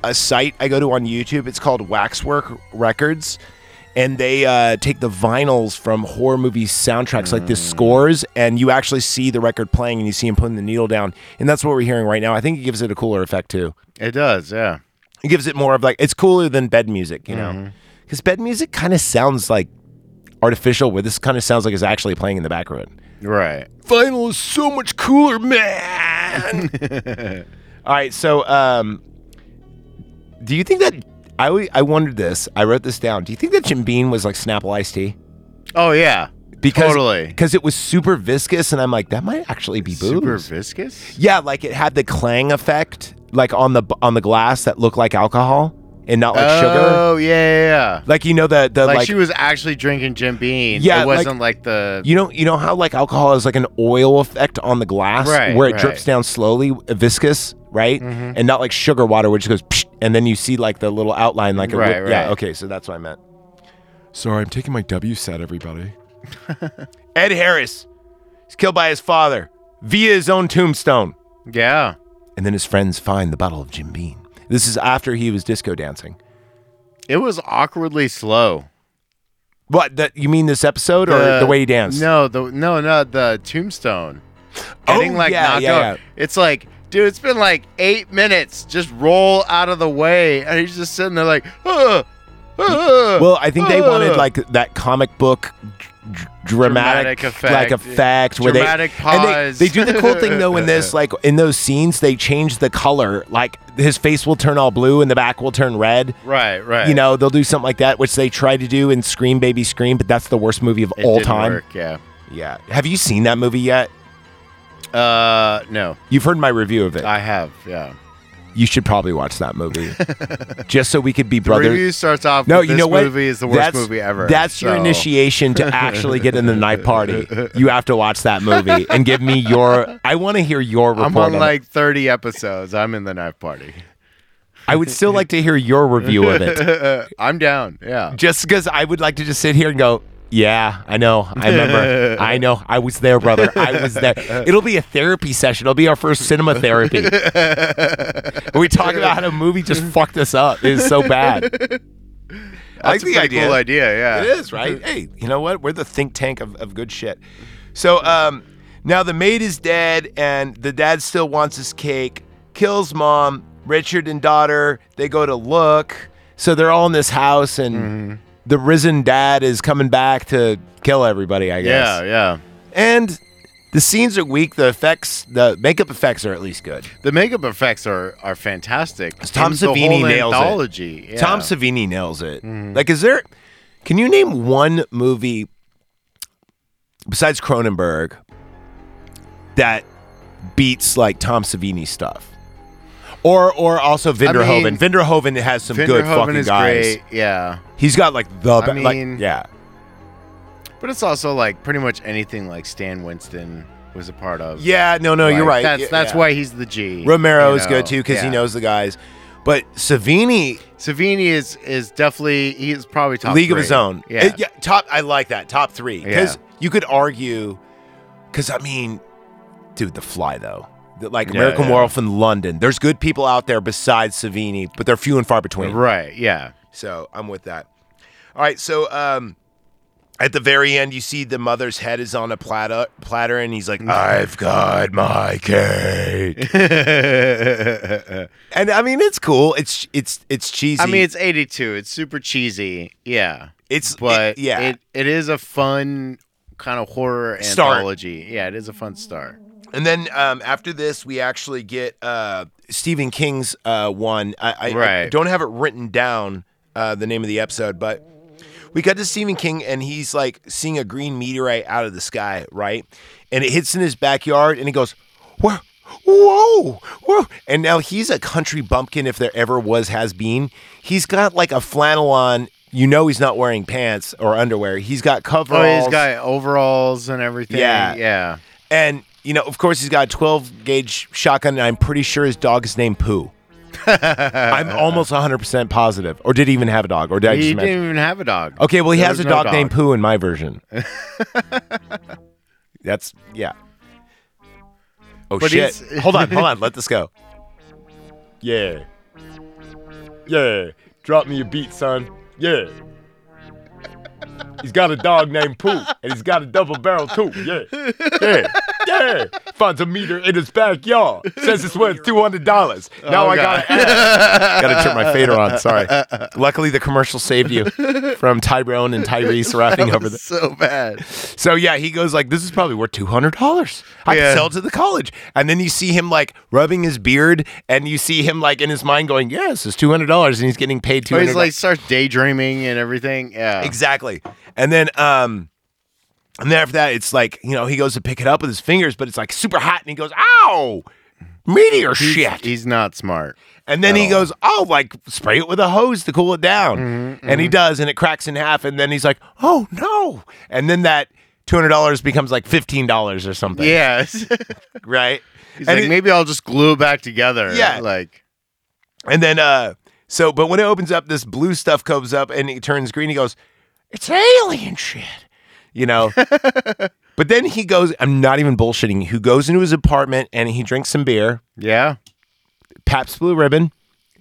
Speaker 1: a site I go to on YouTube. It's called Waxwork Records, and they uh, take the vinyls from horror movie soundtracks, like
Speaker 2: Mm.
Speaker 1: the scores, and you actually see the record playing, and you see him putting the needle down, and that's what we're hearing right now. I think it gives it a cooler effect too.
Speaker 2: It does, yeah.
Speaker 1: It gives it more of like it's cooler than bed music, you
Speaker 2: Mm-hmm.
Speaker 1: know, because bed music kind of sounds like artificial, where this kind of sounds like it's actually playing in the background
Speaker 2: Right.
Speaker 1: vinyl is so much cooler, man. All right, so um, do you think that I wa- I wondered this? I wrote this down. Do you think that Jim Beam was like Snapple iced tea?
Speaker 2: Oh yeah.
Speaker 1: Because
Speaker 2: Totally.
Speaker 1: because it was super viscous, and I'm like, that might actually be
Speaker 2: Super
Speaker 1: booze.
Speaker 2: viscous.
Speaker 1: yeah, like it had the clang effect, like on the on the glass that looked like alcohol and not like sugar.
Speaker 2: Oh yeah, yeah. yeah.
Speaker 1: Like you know the the
Speaker 2: Like,
Speaker 1: like,
Speaker 2: she was actually drinking Jim Beam.
Speaker 1: Yeah,
Speaker 2: It
Speaker 1: like-
Speaker 2: wasn't like, the.
Speaker 1: You know, you know how like alcohol is like an oil effect on the glass,
Speaker 2: Right,
Speaker 1: where it
Speaker 2: right.
Speaker 1: drips down slowly, viscous, right,
Speaker 2: mm-hmm.
Speaker 1: and not like sugar water, which goes, psh, and then you see like the little outline, like a
Speaker 2: Right,
Speaker 1: whip- yeah,
Speaker 2: right.
Speaker 1: okay, so that's what I meant. Sorry, I'm taking my W set, everybody. Ed Harris, he's killed by his father via his own tombstone,
Speaker 2: yeah.
Speaker 1: and then his friends find the bottle of Jim Beam. This is after he was disco dancing.
Speaker 2: It was awkwardly slow.
Speaker 1: What? That you mean this episode or the way he danced? Oh,
Speaker 2: No, the no, no, the tombstone. Getting like
Speaker 1: yeah,
Speaker 2: knocked
Speaker 1: yeah,
Speaker 2: out.
Speaker 1: yeah.
Speaker 2: It's like, dude, it's been like eight minutes. Just roll out of the way, and he's just sitting there like, uh, uh,
Speaker 1: Well, I think they wanted
Speaker 2: uh.
Speaker 1: like that comic book dr- dr- dramatic,
Speaker 2: Dramatic effect.
Speaker 1: like effect where
Speaker 2: Dramatic
Speaker 1: they and they-
Speaker 2: pause.
Speaker 1: They, do the cool thing though in this like in those scenes they change the color like his face will turn all blue and the back will turn red.
Speaker 2: Right, right.
Speaker 1: You know they'll do something like that which they try to do in Scream Baby Scream but that's the worst movie of
Speaker 2: It
Speaker 1: all
Speaker 2: didn't
Speaker 1: time.
Speaker 2: work, yeah.
Speaker 1: Yeah. Have you seen that movie yet?
Speaker 2: Uh, no,
Speaker 1: You've heard my review of it.
Speaker 2: I have. Yeah.
Speaker 1: you should probably watch that movie just so we could be
Speaker 2: The
Speaker 1: brothers.
Speaker 2: review starts off.
Speaker 1: No,
Speaker 2: with,
Speaker 1: you
Speaker 2: "This
Speaker 1: know what?
Speaker 2: Movie is the worst
Speaker 1: That's-
Speaker 2: movie ever.
Speaker 1: That's your
Speaker 2: so-
Speaker 1: initiation to actually get in the night party. You have to watch that movie and give me your. I want to hear your report.
Speaker 2: I'm on
Speaker 1: it.
Speaker 2: like 30 episodes. I'm in the knife party.
Speaker 1: I would still like to hear your review of it,
Speaker 2: I'm down. Yeah.
Speaker 1: just because I would like to just sit here and go. Yeah, I know. I remember. I know. I was there, brother. I was there. It'll be a therapy session. It'll be our first cinema therapy. we talk about how a movie just fucked us up. It is so bad. I
Speaker 2: That's
Speaker 1: like the
Speaker 2: a pretty
Speaker 1: idea.
Speaker 2: cool idea. Yeah,
Speaker 1: It is, right? Hey, you know what? We're the think tank of, of good shit. So um, now the maid is dead, and the dad still wants his cake, kills mom, Richard and daughter, they go to look. So they're all in this house, and
Speaker 2: Mm-hmm.
Speaker 1: the risen dad is coming back to kill everybody, I
Speaker 2: Yeah,
Speaker 1: guess.
Speaker 2: yeah.
Speaker 1: And the scenes are weak. The effects, the makeup effects are at least good.
Speaker 2: The makeup effects are are fantastic.
Speaker 1: Tom
Speaker 2: And the
Speaker 1: Savini
Speaker 2: whole
Speaker 1: nails it.
Speaker 2: anthology. Yeah. Mm-hmm.
Speaker 1: Tom Savini nails it. Like, is there? Can you name one movie besides Cronenberg that beats like Tom Savini stuff? Or, or also Vinderhoven.
Speaker 2: mean,
Speaker 1: Vinderhoven has some good
Speaker 2: Vinderhoven
Speaker 1: fucking
Speaker 2: is
Speaker 1: guys.
Speaker 2: great. Yeah,
Speaker 1: He's got like the
Speaker 2: I
Speaker 1: be- like-
Speaker 2: mean-
Speaker 1: yeah.
Speaker 2: but it's also like pretty much anything like Stan Winston was a part of.
Speaker 1: Yeah, no, no,
Speaker 2: Like,
Speaker 1: you're right.
Speaker 2: That's
Speaker 1: Yeah,
Speaker 2: that's
Speaker 1: yeah.
Speaker 2: why he's the G.
Speaker 1: Romero is
Speaker 2: you know?
Speaker 1: good too because he
Speaker 2: Yeah.
Speaker 1: knows the guys. But Savini,
Speaker 2: Savini is is definitely he's probably top
Speaker 1: League of
Speaker 2: three.
Speaker 1: His Own.
Speaker 2: Yeah.
Speaker 1: It- top. I like that. Top three because
Speaker 2: Yeah.
Speaker 1: you could argue. Because I mean, dude, The Fly though. The- Like
Speaker 2: Yeah,
Speaker 1: American
Speaker 2: yeah.
Speaker 1: Werewolf in London. There's good people out there besides Savini, but they're few and far between.
Speaker 2: Right. Yeah.
Speaker 1: So I'm with that. All right. So um, at the very end, you see the mother's head is on a platter, platter and he's like, "I've got my cake." and I mean, it's cool. It's it's it's cheesy.
Speaker 2: I mean, it's 82. It's super cheesy. Yeah.
Speaker 1: it's
Speaker 2: But
Speaker 1: it- yeah.
Speaker 2: it, it is a fun kind of horror
Speaker 1: Start.
Speaker 2: anthology. Yeah, it is a fun start.
Speaker 1: And then um, after this, we actually get uh, Stephen King's uh, one. I, I, I
Speaker 2: Right.
Speaker 1: don't have it written down, uh, the name of the episode, but we got to Stephen King and he's like seeing a green meteorite out of the sky, right? And it hits in his backyard and he goes, Whoa, whoa, whoa. And now he's a country bumpkin if there ever was, has been. He's got like a flannel on. You know he's not wearing pants or underwear. He's got
Speaker 2: Oh,
Speaker 1: coveralls.
Speaker 2: he's got overalls and everything.
Speaker 1: Yeah.
Speaker 2: Yeah.
Speaker 1: And you know, of course, he's got a 12 gauge shotgun, and I'm pretty sure his dog is named Pooh. I'm almost 100% positive. Or did he even have a dog? Or did I
Speaker 2: he
Speaker 1: just Oh, mention?
Speaker 2: didn't even have a dog.
Speaker 1: Okay, well, he
Speaker 2: There
Speaker 1: has a
Speaker 2: was no
Speaker 1: dog, named Pooh in my version. That's yeah. Oh
Speaker 2: But
Speaker 1: shit!
Speaker 2: he's-
Speaker 1: hold on, hold on. Let this go. Yeah. Yeah. Drop me a beat, son. Yeah. He's got a dog named Pooh, and he's got a double barrel too. Yeah. Yeah. Yeah. Finds a meter in his backyard. Says it's worth two hundred dollars. Now
Speaker 2: Oh,
Speaker 1: I
Speaker 2: God.
Speaker 1: gotta Gotta turn my fader on. Sorry. Luckily, the commercial saved you from Tyrone and Tyrese rapping over this.
Speaker 2: So bad.
Speaker 1: So yeah, he goes like, "This is probably worth two hundred dollars. I
Speaker 2: Yeah.
Speaker 1: can sell it to the college." And then you see him like rubbing his beard, and you see him like in his mind going, "Yes, this is two hundred dollars," and he's getting paid two
Speaker 2: But
Speaker 1: hundred.
Speaker 2: he's like starts daydreaming and everything. Yeah.
Speaker 1: Exactly. And then um and then after that it's like, you know, he goes to pick it up with his fingers, but it's like super hot and he goes, "Ow!" Meteor shit.
Speaker 2: He's not smart.
Speaker 1: and then
Speaker 2: at
Speaker 1: he
Speaker 2: all.
Speaker 1: goes, "Oh, like spray it with a hose to cool it down." And he does and it cracks in half and then he's like, "Oh, no." And then that $200 becomes like $15 or something,
Speaker 2: Yes. he's
Speaker 1: right?
Speaker 2: like,
Speaker 1: it-
Speaker 2: maybe I'll just glue it back together.
Speaker 1: Yeah.
Speaker 2: Like,
Speaker 1: And then uh so but when it opens up, this blue stuff comes up and it turns green. He goes, It's alien shit. You know? but then he goes, I'm not even bullshitting, who goes into his apartment and he drinks some beer,
Speaker 2: yeah.
Speaker 1: Paps Blue Ribbon,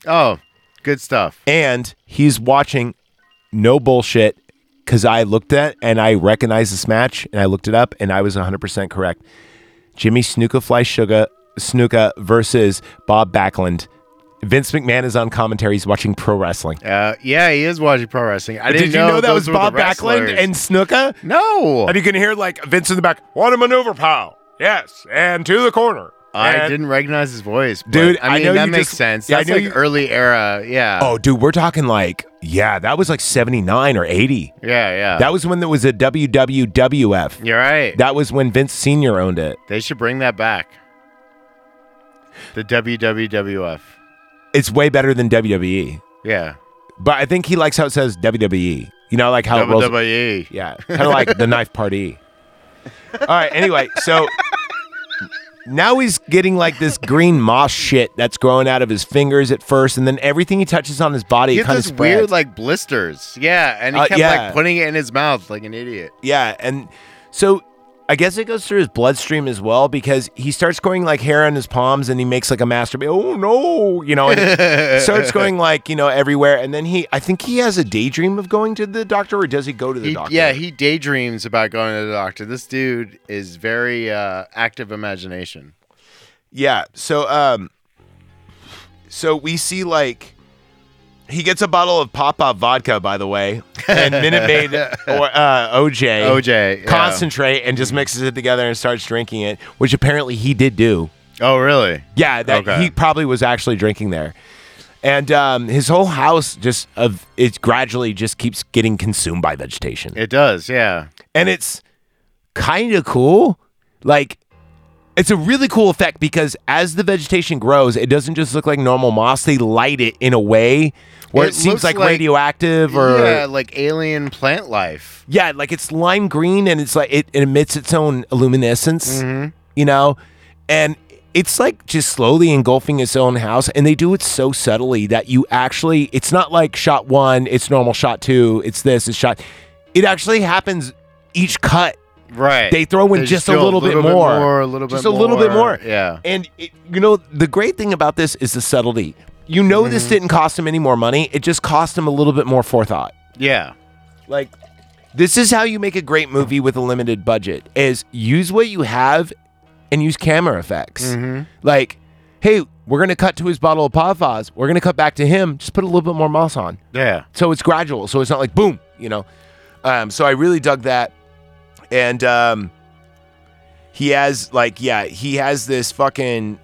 Speaker 2: Oh, good stuff.
Speaker 1: and he's watching no bullshit. Cause I looked at and I recognized this match and I looked it up and I was 100% correct. Jimmy Snuka Fly Sugar Snuka versus Bob Backlund. Vince McMahon is on commentary. He's watching pro wrestling.
Speaker 2: Uh, yeah, he is watching pro wrestling. I didn't
Speaker 1: Did you know, that
Speaker 2: those
Speaker 1: was
Speaker 2: were the
Speaker 1: Bob Backlund
Speaker 2: wrestlers.
Speaker 1: and Snuka?
Speaker 2: no,
Speaker 1: And you can hear like Vince in the back, what a maneuver, pal. Yes, and to the corner.
Speaker 2: I
Speaker 1: And-
Speaker 2: didn't recognize his voice, but,
Speaker 1: Dude,
Speaker 2: I
Speaker 1: I
Speaker 2: mean
Speaker 1: know
Speaker 2: that
Speaker 1: you
Speaker 2: makes
Speaker 1: just-
Speaker 2: sense.
Speaker 1: yeah, I
Speaker 2: That's
Speaker 1: know
Speaker 2: like
Speaker 1: you-
Speaker 2: early era. Yeah.
Speaker 1: Oh, dude, we're talking like, yeah, that was like 79 or 80.
Speaker 2: yeah, yeah.
Speaker 1: That was when there was a WWWF.
Speaker 2: You're right.
Speaker 1: That was when Vince Sr. owned it.
Speaker 2: they should bring that back. The WWWF.
Speaker 1: It's way better than WWE.
Speaker 2: Yeah.
Speaker 1: But I think he likes how it says WWE. You know, like how it
Speaker 2: E.
Speaker 1: rolls.
Speaker 2: WWE.
Speaker 1: Yeah, kind of like the knife party. All right. Anyway, so now he's getting like this green moss shit that's growing out of his fingers at first, and then everything he touches on his body
Speaker 2: He had
Speaker 1: kind of
Speaker 2: this
Speaker 1: spreads.
Speaker 2: weird like blisters. Yeah, and he
Speaker 1: Uh,
Speaker 2: kept
Speaker 1: yeah.
Speaker 2: like putting it in his mouth like an idiot.
Speaker 1: yeah, and so I guess it goes through his bloodstream as well because he starts going like hair on his palms and he makes like a masturbate. Oh no, you know, and it starts going like you know everywhere. And then he, I think he has a daydream of going to the doctor, or does he go to the
Speaker 2: He-
Speaker 1: doctor?
Speaker 2: yeah, he daydreams about going to the doctor. This dude is very uh, active imagination.
Speaker 1: Yeah. So um so we see like he gets a bottle of Papa vodka, by the way, and Minute Maid or uh, OJ,
Speaker 2: OJ, yeah.
Speaker 1: concentrate, and just mixes it together and starts drinking it, which apparently he did do.
Speaker 2: Oh, really?
Speaker 1: Yeah, that
Speaker 2: Okay.
Speaker 1: he probably was actually drinking there, and um, his whole house just of it gradually just keeps getting consumed by vegetation
Speaker 2: It does. Yeah.
Speaker 1: and it's kind of cool. Like, it's a really cool effect because as the vegetation grows, it doesn't just look like normal moss. They light it in a way where it,
Speaker 2: It
Speaker 1: seems
Speaker 2: looks
Speaker 1: like,
Speaker 2: like-
Speaker 1: radioactive or
Speaker 2: yeah,
Speaker 1: yeah.
Speaker 2: like alien plant life.
Speaker 1: like it's lime green and it's like it, it emits its own luminescence,
Speaker 2: Mm.
Speaker 1: you know, and it's like just slowly engulfing its own house. And they do it so subtly that you actually, it's not like shot one, it's normal shot two, it's this, it's shot. It actually happens each cut
Speaker 2: Right.
Speaker 1: Eh, they throw in
Speaker 2: They
Speaker 1: just,
Speaker 2: do
Speaker 1: a little, bit, more.
Speaker 2: a little bit
Speaker 1: just a little bit more.
Speaker 2: Yeah.
Speaker 1: And it, you know, the great thing about this is the subtlety. You know, this didn't cost him any more money. It just cost him a little bit more forethought.
Speaker 2: Yeah.
Speaker 1: Like, this is how you make a great movie with a limited budget: is use what you have and use camera effects.
Speaker 2: Mm-hmm.
Speaker 1: Like, hey, we're gonna cut to his bottle of Pavas. We're gonna cut back to him. Just put a little bit more moss on
Speaker 2: Yeah.
Speaker 1: so it's gradual so it's not like boom you know um, so i really dug that and um, he has like yeah he has this fucking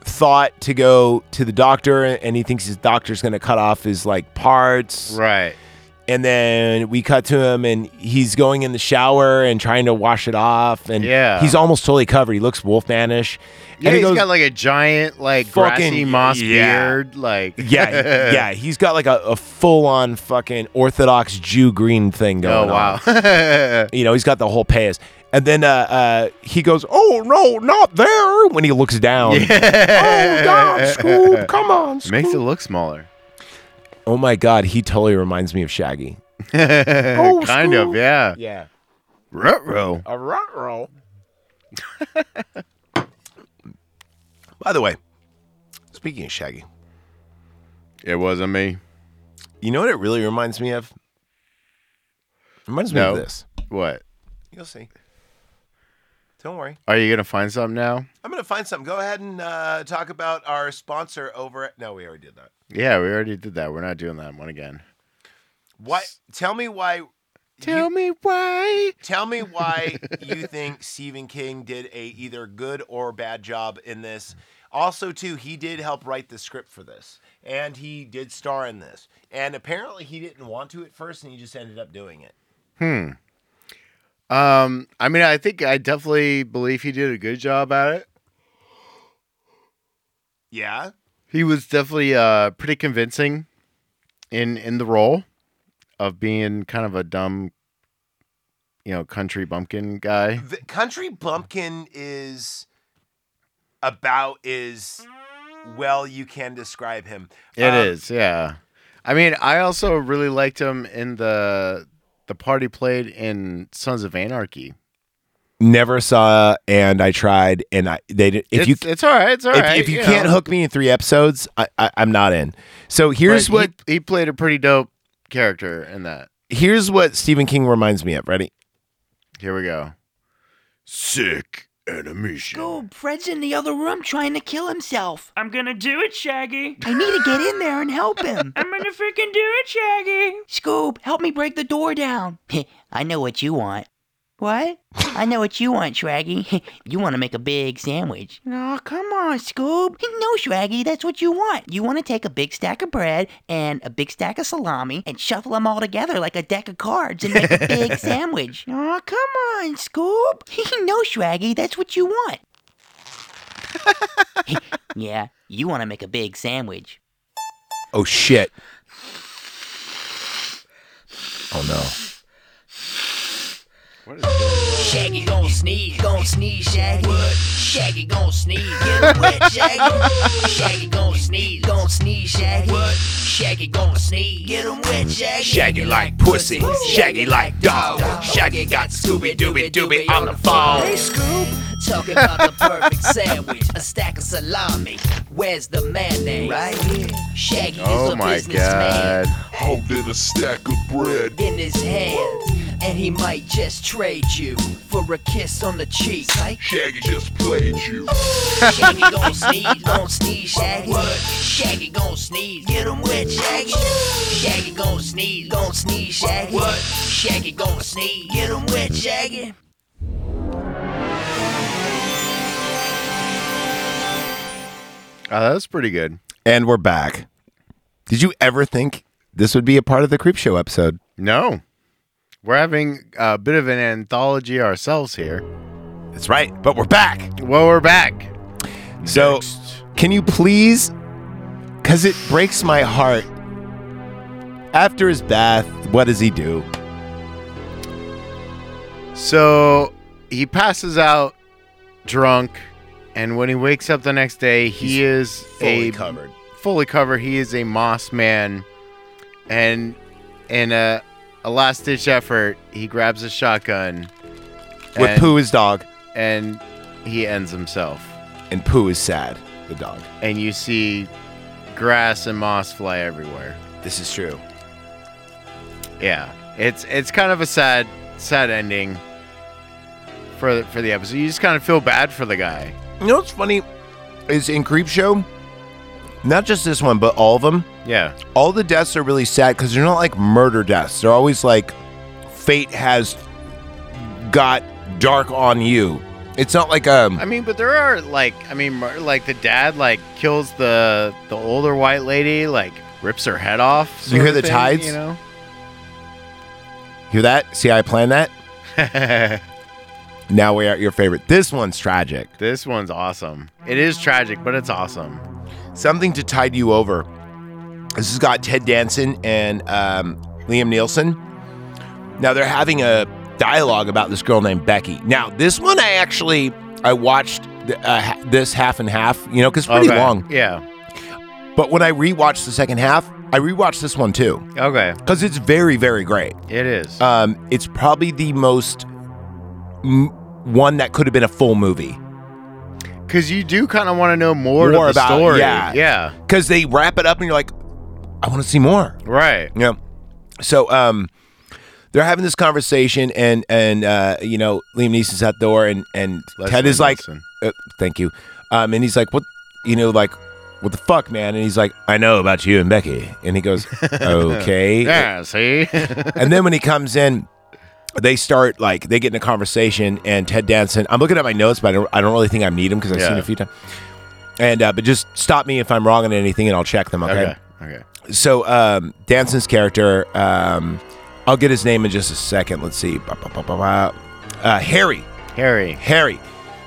Speaker 1: thought to go to the doctor and he thinks his doctor's gonna cut off his like parts
Speaker 2: Right.
Speaker 1: and then we cut to him and he's going in the shower and trying to wash it off and
Speaker 2: Yeah.
Speaker 1: he's almost totally covered he looks wolfmanish
Speaker 2: Yeah,
Speaker 1: and he
Speaker 2: he's
Speaker 1: goes-
Speaker 2: got like a giant, like
Speaker 1: Fucking-
Speaker 2: grassy moss
Speaker 1: yeah.
Speaker 2: beard. Like,
Speaker 1: yeah he- yeah he's got like a, a full-on fucking orthodox jew green thing going
Speaker 2: oh
Speaker 1: on
Speaker 2: wow.
Speaker 1: You know, he's got the whole pass. And then uh, uh, he goes, "Oh no, not there!" When he looks down. Oh God, Scoob, come on, Scoob.
Speaker 2: Makes it look smaller.
Speaker 1: oh my God, he totally reminds me of Shaggy.
Speaker 2: kind of. Yeah.
Speaker 1: Yeah,
Speaker 2: Oh, Ruh-roh.
Speaker 1: a rot roll. By the way, speaking of Shaggy,
Speaker 2: It wasn't me.
Speaker 1: you know what it really reminds me of? Reminds me
Speaker 2: No.
Speaker 1: of this.
Speaker 2: What?
Speaker 1: You'll see. Don't worry.
Speaker 2: Are you gonna find something now?
Speaker 1: I'm gonna find something. Go ahead and uh, talk about our sponsor over. At- no, we already did that.
Speaker 2: Yeah, we already did that. We're not doing that one again.
Speaker 1: Why? Tell me why.
Speaker 2: Tell me why.
Speaker 1: Tell me why you think Stephen King did a either good or bad job in this. Also, too, he did help write the script for this, and he did star in this. And apparently, he didn't want to at first, and he just ended up doing it.
Speaker 2: Hmm. Um, I mean, I think I definitely believe he did a good job at it.
Speaker 1: Yeah.
Speaker 2: He was definitely uh pretty convincing in in the role of being kind of a dumb, you know, country bumpkin guy.
Speaker 1: The Country Bumpkin is about as well you can describe him.
Speaker 2: It
Speaker 1: Um,
Speaker 2: is, yeah. I mean, I also really liked him in the the part he played in Sons of Anarchy.
Speaker 1: Never saw, and I tried, and I they did.
Speaker 2: If it's, it's all right. It's all right.
Speaker 1: if, if you,
Speaker 2: know.
Speaker 1: can't hook me in three episodes, I, I, I'm not in. So here's
Speaker 2: But
Speaker 1: what
Speaker 2: he, he played a pretty dope character in that.
Speaker 1: here's what Stephen King reminds me of. Ready?
Speaker 2: Here we go. Sick animation.
Speaker 6: Go, Fred's in the other room trying to kill himself.
Speaker 7: I'm gonna do it, Shaggy.
Speaker 6: I need to get in there and help him.
Speaker 7: I'm gonna freaking do it, Shaggy.
Speaker 6: Scoob, help me break the door down. I know what you want. What? I know what you want, Shaggy. you want to make a big sandwich. Oh, come on, Scoob. No, Shaggy, that's what you want. You want to take a big stack of bread and a big stack of salami and shuffle them all together like a deck of cards and make a big sandwich. Oh, come on, Scoob. no, Shaggy, that's what you want. yeah, you want to make a big sandwich.
Speaker 1: Oh shit! Oh no!
Speaker 6: Shaggy gon' sneeze, gon' sneeze, Shaggy. Shaggy
Speaker 8: Shaggy gon' sneeze. Get him wet, Shaggy. Shaggy gon' sneeze. Gon' sneeze, Shaggy. What? Shaggy gon' sneeze. Get him wet, Shaggy.
Speaker 1: Shaggy like pussy, shaggy like dog. Shaggy got Scooby Dooby Dooby on the phone.
Speaker 8: Hey, Scoop. Talking about the perfect sandwich, a stack of salami. Where's the mayonnaise? Right here. Shaggy is
Speaker 2: Oh
Speaker 8: a
Speaker 2: my
Speaker 8: businessman
Speaker 2: god.
Speaker 9: Holding a stack of bread.
Speaker 8: in his hands, and he might just trade you for a kiss on the cheek. Like
Speaker 9: Shaggy just played you.
Speaker 8: Shaggy gon' sneeze, gon' sneeze, Shaggy. Shaggy gon' sneeze, get him wet, Shaggy. Shaggy gon' sneeze, gon' sneeze, Shaggy. What? Shaggy gon' sneeze, get him wet, Shaggy.
Speaker 2: Oh, that was pretty good.
Speaker 1: And we're back. Did you ever think this would be a part of the Creep Show episode?
Speaker 2: No. We're having a bit of an anthology ourselves here.
Speaker 1: That's right, but we're back.
Speaker 2: Well, we're back.
Speaker 1: So, can you please? Because it breaks my heart. After his bath, what does he do?
Speaker 2: So he passes out drunk, and when he wakes up the next day, he is a fully covered. He is a moss man, and in a, a last ditch effort, he grabs a shotgun
Speaker 1: With
Speaker 2: and,
Speaker 1: Pooh his dog,
Speaker 2: and he ends himself.
Speaker 1: and Pooh is sad, the dog.
Speaker 2: And you see grass and moss fly everywhere.
Speaker 1: This is true.
Speaker 2: Yeah, it's it's kind of a sad sad ending for the, for the episode. You just kind of feel bad for the guy.
Speaker 1: You know what's funny is in Creep Show, not just this one, but all of them,
Speaker 2: Yeah,
Speaker 1: all the deaths are really sad because they're not like murder deaths. They're always like fate has got dark on you. It's not like um
Speaker 2: I mean, but there are like I mean, mur- like the dad like kills the the older white lady, like rips her head off.
Speaker 1: You
Speaker 2: sort
Speaker 1: hear
Speaker 2: of
Speaker 1: the
Speaker 2: thing,
Speaker 1: tides?
Speaker 2: You know.
Speaker 1: hear that? See how I planned that? Now we're at your favorite. This one's tragic.
Speaker 2: this one's awesome. It is tragic, but it's awesome.
Speaker 1: Something to tide you over. This has got Ted Danson and um, Liam Nielsen. Now they're having a dialogue about this girl named Becky. Now this one I actually I watched th- uh, ha- this half and half, you know, because pretty
Speaker 2: Okay.
Speaker 1: long.
Speaker 2: Yeah.
Speaker 1: But when I rewatched the second half, I rewatched this one too
Speaker 2: Okay.
Speaker 1: because it's very very great.
Speaker 2: It is.
Speaker 1: Um, it's probably the most m- one that could have been a full movie.
Speaker 2: Because you do kind of want to know more,
Speaker 1: More
Speaker 2: to the
Speaker 1: about-
Speaker 2: story.
Speaker 1: yeah.
Speaker 2: Yeah.
Speaker 1: because they wrap it up and you're like, I want to see more.
Speaker 2: Right.
Speaker 1: Yeah. So um, they're having this conversation and and uh, you know Liam Neeson's at the door and and Ted
Speaker 2: Leslie
Speaker 1: is like,
Speaker 2: Nielsen.
Speaker 1: uh, thank you, um, and he's like, what, you know, like. What the fuck, man? And he's like, I know about you and Becky. And he goes, okay.
Speaker 2: Yeah. See.
Speaker 1: And then when he comes in, they start like they get in a conversation, and Ted Danson. I'm looking at my notes, but I don't, I don't really think I need them because I've seen
Speaker 2: Yeah.
Speaker 1: it a few times. And uh, but just stop me if I'm wrong on anything, and I'll check them.
Speaker 2: okay. Okay.
Speaker 1: So um, Danson's character, um, I'll get his name in just a second. Let's see, Ba, ba, ba, ba, ba. Uh, Harry.
Speaker 2: Harry.
Speaker 1: Harry.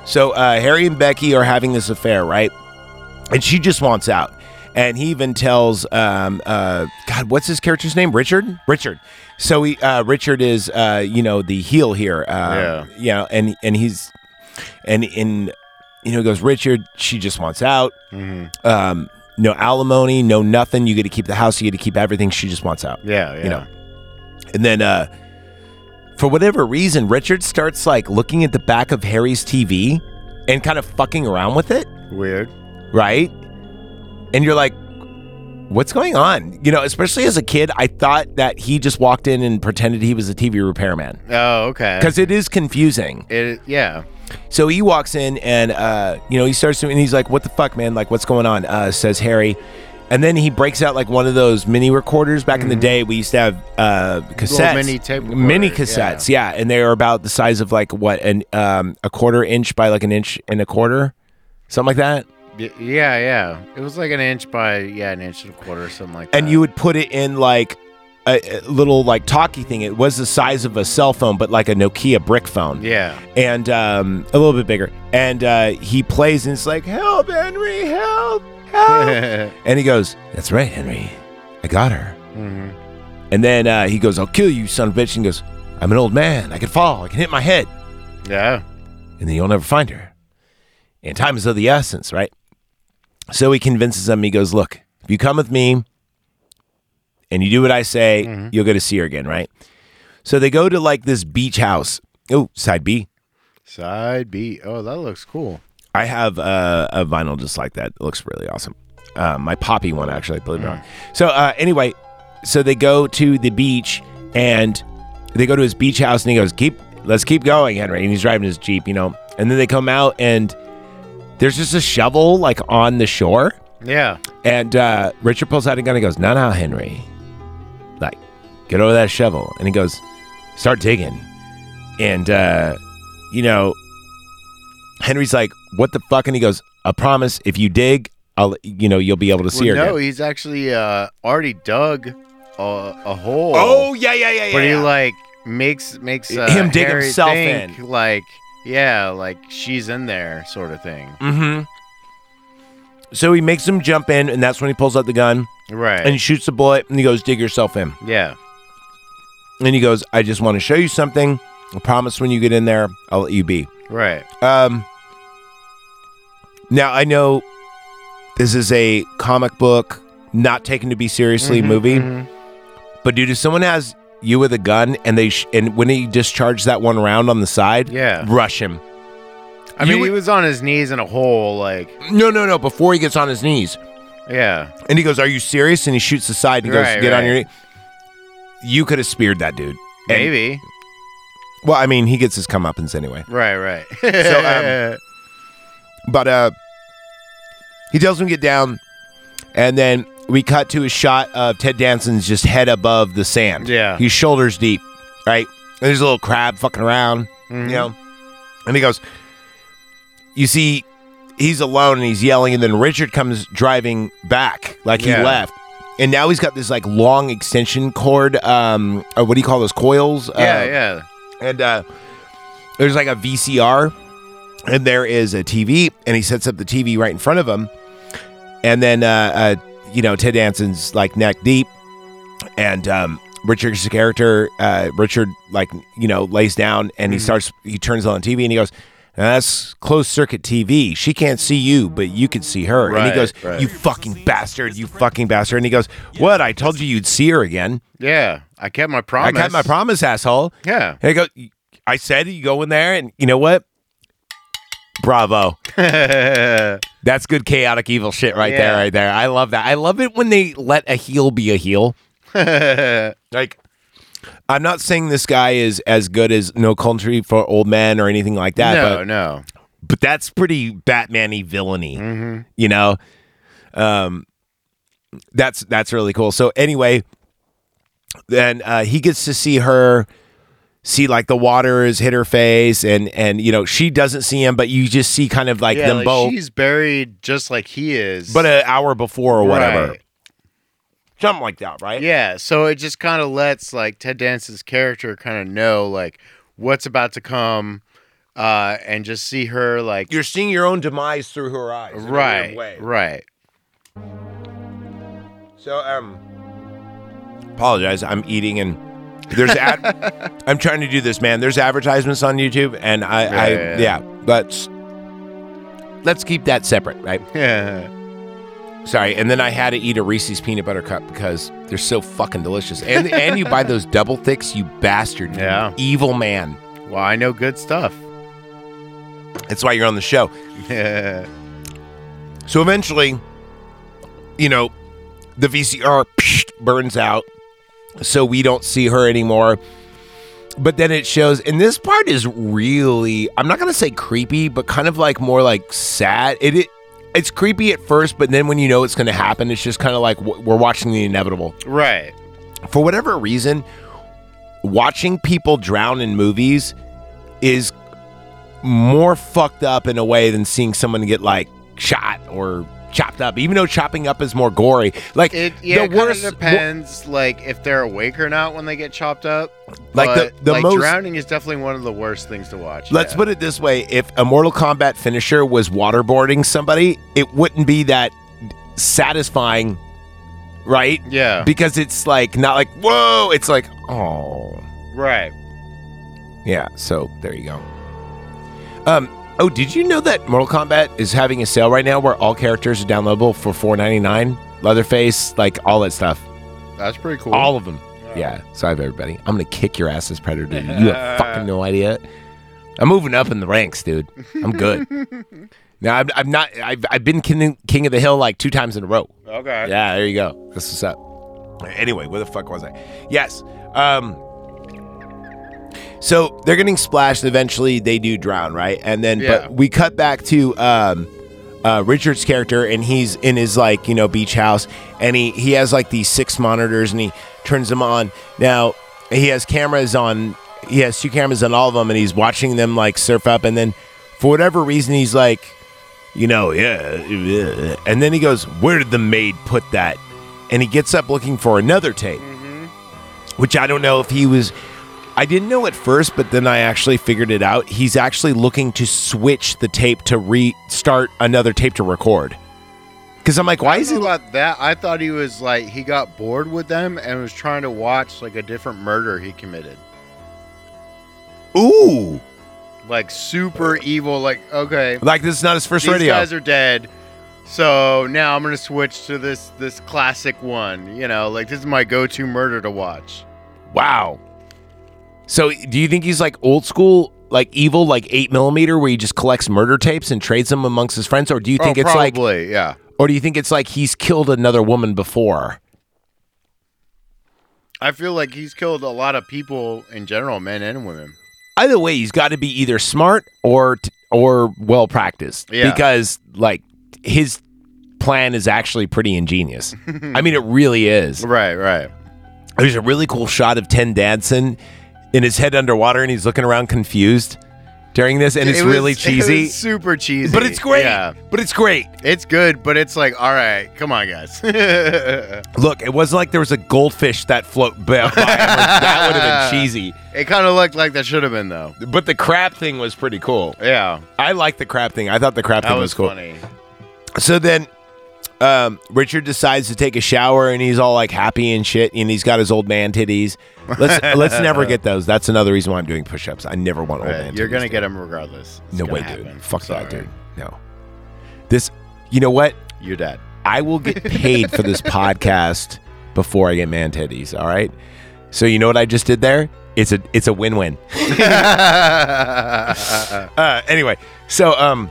Speaker 1: So uh, Harry and Becky are having this affair, right? And she just wants out. And he even tells, um, uh, God, what's his character's name? Richard. Richard. So he, uh, Richard is, uh, you know, the heel here. Um,
Speaker 2: Yeah.
Speaker 1: You know, and and he's, and in, you know, he goes Richard. She just wants out.
Speaker 2: Mhm.
Speaker 1: Um, no alimony, no nothing. You get to keep the house. You get to keep everything. She just wants out.
Speaker 2: Yeah. Yeah.
Speaker 1: You know. And then, uh, for whatever reason, Richard starts like looking at the back of Harry's TV and kind of fucking around with it,
Speaker 2: Weird.
Speaker 1: right? And you're like, what's going on? You know, especially as a kid, I thought that he just walked in and pretended he was a TV repairman
Speaker 2: Oh, okay.
Speaker 1: because it is confusing.
Speaker 2: it, yeah.
Speaker 1: So he walks in and, uh, you know, he starts to, and he's like, what the fuck, man? Like, what's going on? Uh, says Harry. And then he breaks out like one of those mini recorders. Back in the day, we used to have uh, cassettes,
Speaker 2: Mm-hmm. mini tape
Speaker 1: mini
Speaker 2: recorder,
Speaker 1: cassettes, yeah. and they are about the size of like what an um, a quarter inch by like an inch and a quarter, something like that.
Speaker 2: Y- yeah, yeah. It was like an inch by yeah, an inch and a quarter, something like that.
Speaker 1: And you would put it in like a, a little like talkie thing. It was the size of a cell phone, but like a Nokia brick phone.
Speaker 2: yeah,
Speaker 1: and um, a little bit bigger. And uh, he plays, and it's like, "Help, Henry! Help! Help!"
Speaker 2: mm-hmm.
Speaker 1: and he goes, "That's right, Henry. I got her." And then uh, he goes, "I'll kill you, son of a bitch!" And he goes, "I'm an old man. I can fall. I can hit my head,
Speaker 2: yeah.
Speaker 1: and then you'll never find her." And time is of the essence, right? So he convinces them. He goes, Look, if you come with me and you do what I say, you'll go to see her again, right? So they go to like this beach house. Oh, side B.
Speaker 2: Side B. Oh, that looks cool.
Speaker 1: I have uh, a vinyl just like that. It looks really awesome. Uh, my poppy one, actually, believe it or not. So, uh, anyway, so they go to the beach and they go to his beach house, and he goes, "Keep, let's keep going, Henry." And he's driving his jeep, you know. And then they come out, and there's just a shovel like on the shore,
Speaker 2: Yeah.
Speaker 1: and uh, Richard pulls out a gun and goes, "No, no, Henry, like, get over that shovel." And he goes, "Start digging." And uh, you know, Henry's like, "What the fuck?" And he goes, "I promise, if you dig, I'll, you know, you'll be able to see
Speaker 2: Well,
Speaker 1: her."
Speaker 2: no,
Speaker 1: again."
Speaker 2: he's actually uh, already dug a, a hole.
Speaker 1: Oh yeah, yeah, yeah, yeah.
Speaker 2: but he
Speaker 1: yeah.
Speaker 2: like makes makes uh,
Speaker 1: Him dig
Speaker 2: Harry
Speaker 1: himself
Speaker 2: think,
Speaker 1: in.
Speaker 2: Like yeah, like she's in there, sort of thing.
Speaker 1: Mm-hmm. So he makes him jump in, and that's when he pulls out the gun
Speaker 2: Right.
Speaker 1: and he shoots the bullet, and he goes, "Dig yourself in."
Speaker 2: yeah.
Speaker 1: And he goes, "I just want to show you something. I promise, when you get in there, I'll let you be."
Speaker 2: Right.
Speaker 1: Um, now I know this is a comic book, not taken to be seriously
Speaker 2: Mm-hmm.
Speaker 1: movie, but dude, if someone has you with a gun and they sh- and when he discharged that one round on the side,
Speaker 2: Yeah.
Speaker 1: rush him.
Speaker 2: I
Speaker 1: You
Speaker 2: mean, he
Speaker 1: would-
Speaker 2: was on his knees in a hole. Like
Speaker 1: No, no, no! Before he gets on his knees,
Speaker 2: yeah.
Speaker 1: and he goes, "Are you serious?" And he shoots the side. And he goes,
Speaker 2: Right,
Speaker 1: "Get on
Speaker 2: right.
Speaker 1: your knee." You could have speared that dude. And-
Speaker 2: Maybe.
Speaker 1: Well, I mean, he gets his comeuppance anyway.
Speaker 2: Right. Right.
Speaker 1: So, um, But uh he tells him to get down, and then we cut to a shot of Ted Danson's just head above the sand.
Speaker 2: Yeah.
Speaker 1: He's shoulders deep, right? And there's a little crab fucking around,
Speaker 2: Mhm.
Speaker 1: you know? And he goes, You see, he's alone and he's yelling, and then Richard comes driving back like he
Speaker 2: Yeah.
Speaker 1: left. And now he's got this like long extension cord, um, or what do you call those coils?
Speaker 2: yeah.
Speaker 1: Uh,
Speaker 2: yeah.
Speaker 1: and uh, there's like a VCR, and there is a TV, and he sets up the TV right in front of him, and then uh, uh, you know Ted Danson's like neck deep, and um, Richard's character, uh, Richard like you know lays down and
Speaker 2: Mm-hmm.
Speaker 1: he starts he turns on the TV and he goes. "Now that's closed circuit TV. She can't see you, but you can see her. and he
Speaker 2: Right,
Speaker 1: goes,
Speaker 2: right.
Speaker 1: "You fucking bastard! You fucking bastard!" And he goes, "What? I told you you'd see her again.
Speaker 2: Yeah. I kept my promise.
Speaker 1: I kept my promise, asshole."
Speaker 2: Yeah.
Speaker 1: And I go, I said you go in there, and you know what? Bravo. That's good chaotic evil shit right there,
Speaker 2: Yeah.
Speaker 1: right there. I love that. I love it when they let a heel be a heel. Like, I'm not saying this guy is as good as No Country for Old Men or anything like that,
Speaker 2: no.
Speaker 1: but,
Speaker 2: No.
Speaker 1: but that's pretty Batman-y villainy,
Speaker 2: Mm-hmm.
Speaker 1: you know? Um, that's that's really cool. So anyway, then uh, he gets to see her see like the water has hit her face and and you know she doesn't see him but you just see kind of like
Speaker 2: yeah.
Speaker 1: them
Speaker 2: Like
Speaker 1: both
Speaker 2: she's buried just like he is.
Speaker 1: but uh, an hour before or whatever
Speaker 2: Right.
Speaker 1: something like that right
Speaker 2: Yeah, so it just kind of lets like Ted Danson's character kind of know like what's about to come, uh, and just see her like
Speaker 1: you're seeing your own demise through her eyes in a weird
Speaker 2: right,
Speaker 1: way.
Speaker 2: right.
Speaker 1: so um apologize i'm eating and there's ad- i'm trying to do this man there's advertisements on youtube and i i
Speaker 2: Yeah, yeah,
Speaker 1: yeah,
Speaker 2: yeah.
Speaker 1: let's let's keep that separate right
Speaker 2: Yeah,
Speaker 1: Sorry, and then I had to eat a Reese's peanut butter cup because they're so fucking delicious. And and you buy those double thicks, you bastard, you
Speaker 2: Yeah.
Speaker 1: evil man.
Speaker 2: well, I know good stuff.
Speaker 1: That's why you're on the show.
Speaker 2: Yeah,
Speaker 1: So eventually, you know, the VCR burns out, so we don't see her anymore. But then it shows, and this part is really—I'm not gonna say creepy, but kind of like more like sad. It, it it's creepy at first, but then when you know it's gonna happen, it's just kind of like w- we're watching the inevitable.
Speaker 2: right.
Speaker 1: for whatever reason, watching people drown in movies is more fucked up in a way than seeing someone get like shot or chopped up. Even though chopping up is more gory, like
Speaker 2: It yeah, it
Speaker 1: the
Speaker 2: kinda
Speaker 1: worst,
Speaker 2: depends like if they're awake or not when they get chopped up.
Speaker 1: Like the-
Speaker 2: but,
Speaker 1: the
Speaker 2: like,
Speaker 1: most-
Speaker 2: drowning is definitely one of the worst things to watch.
Speaker 1: Let's
Speaker 2: yeah.
Speaker 1: put it this way: if a Mortal Kombat finisher was waterboarding somebody, it wouldn't be that satisfying, right?
Speaker 2: yeah,
Speaker 1: Because it's like not like whoa, it's like oh.
Speaker 2: right.
Speaker 1: Yeah, so there you go. Um, Oh, did you know that Mortal Kombat is having a sale right now where all characters are downloadable for four ninety nine? Leatherface, like all that stuff.
Speaker 2: That's pretty cool.
Speaker 1: All of them. Yeah. Sorry, everybody. I'm gonna kick your ass as Predator. dude. You have fucking no idea. I'm moving up in the ranks, dude. I'm good. now I'm, I'm not. I've, I've been king, king of the hill like two times in a row.
Speaker 2: Okay.
Speaker 1: Yeah. There you go. That's what's up. Anyway, where the fuck was I? Yes. Um. So they're getting splashed. Eventually, they do drown, right? And then,
Speaker 2: Yeah.
Speaker 1: but we cut back to um, uh, Richard's character, and he's in his like you know beach house, and he he has like these six monitors, and he turns them on. Now he has cameras on. He has two cameras on all of them, and he's watching them like surf up. And then, for whatever reason, he's like, you know, yeah, yeah. and then he goes, "Where did the maid put that?" And he gets up looking for another tape
Speaker 2: Mm-hmm.
Speaker 1: which I don't know if he was. I didn't know at first, but then I actually figured it out. He's actually looking to switch the tape to restart another tape to record. Because I'm like, why is he?
Speaker 2: I don't know about that? I thought he was like he got bored with them and was trying to watch like a different murder he committed,
Speaker 1: Ooh,
Speaker 2: like super evil. Like okay,
Speaker 1: like this is not his first
Speaker 2: these
Speaker 1: radio.
Speaker 2: guys are dead, so now I'm gonna switch to this this classic one. You know, like this is my go-to murder to watch.
Speaker 1: wow. So, do you think he's like old school, like evil, like eight millimeter, where he just collects murder tapes and trades them amongst his friends, or do you think
Speaker 2: oh,
Speaker 1: it's
Speaker 2: probably,
Speaker 1: like,
Speaker 2: yeah.
Speaker 1: or do you think it's like he's killed another woman before?
Speaker 2: I feel like he's killed a lot of people in general, men and women.
Speaker 1: either way, he's got to be either smart or t- or well practiced
Speaker 2: Yeah.
Speaker 1: because like his plan is actually pretty ingenious. I mean, it really is.
Speaker 2: Right, right.
Speaker 1: There's a really cool shot of Ten Danson in his head underwater and he's looking around confused during this, and it's
Speaker 2: It was-
Speaker 1: really
Speaker 2: it was
Speaker 1: cheesy.
Speaker 2: super cheesy,
Speaker 1: but it's great.
Speaker 2: Yeah,
Speaker 1: But it's great.
Speaker 2: it's good. But it's like, all right, come on, guys. it
Speaker 1: Look, it wasn't like there was a goldfish that float by. by him. that would have been cheesy.
Speaker 2: kind of looked like that should have been though.
Speaker 1: But the crab thing was pretty cool.
Speaker 2: Yeah,
Speaker 1: I like the crab thing. I thought the crab
Speaker 2: that
Speaker 1: thing
Speaker 2: was,
Speaker 1: was cool.
Speaker 2: funny.
Speaker 1: So then um, Richard decides to take a shower and he's all like happy and shit and he's got his old man titties. Let's let's never get those. That's another reason why I'm doing push-ups. I never want old
Speaker 2: Right,
Speaker 1: man
Speaker 2: You're
Speaker 1: titties,
Speaker 2: gonna
Speaker 1: dude.
Speaker 2: get him regardless. It's
Speaker 1: No
Speaker 2: gonna
Speaker 1: way,
Speaker 2: happen.
Speaker 1: dude. Fuck that,
Speaker 2: Sorry.
Speaker 1: dude. No. This you know what?
Speaker 2: You're dead.
Speaker 1: I will get paid for this podcast before I get man titties, all right? So you know what I just did there? It's a it's a win-win. uh, anyway, so um,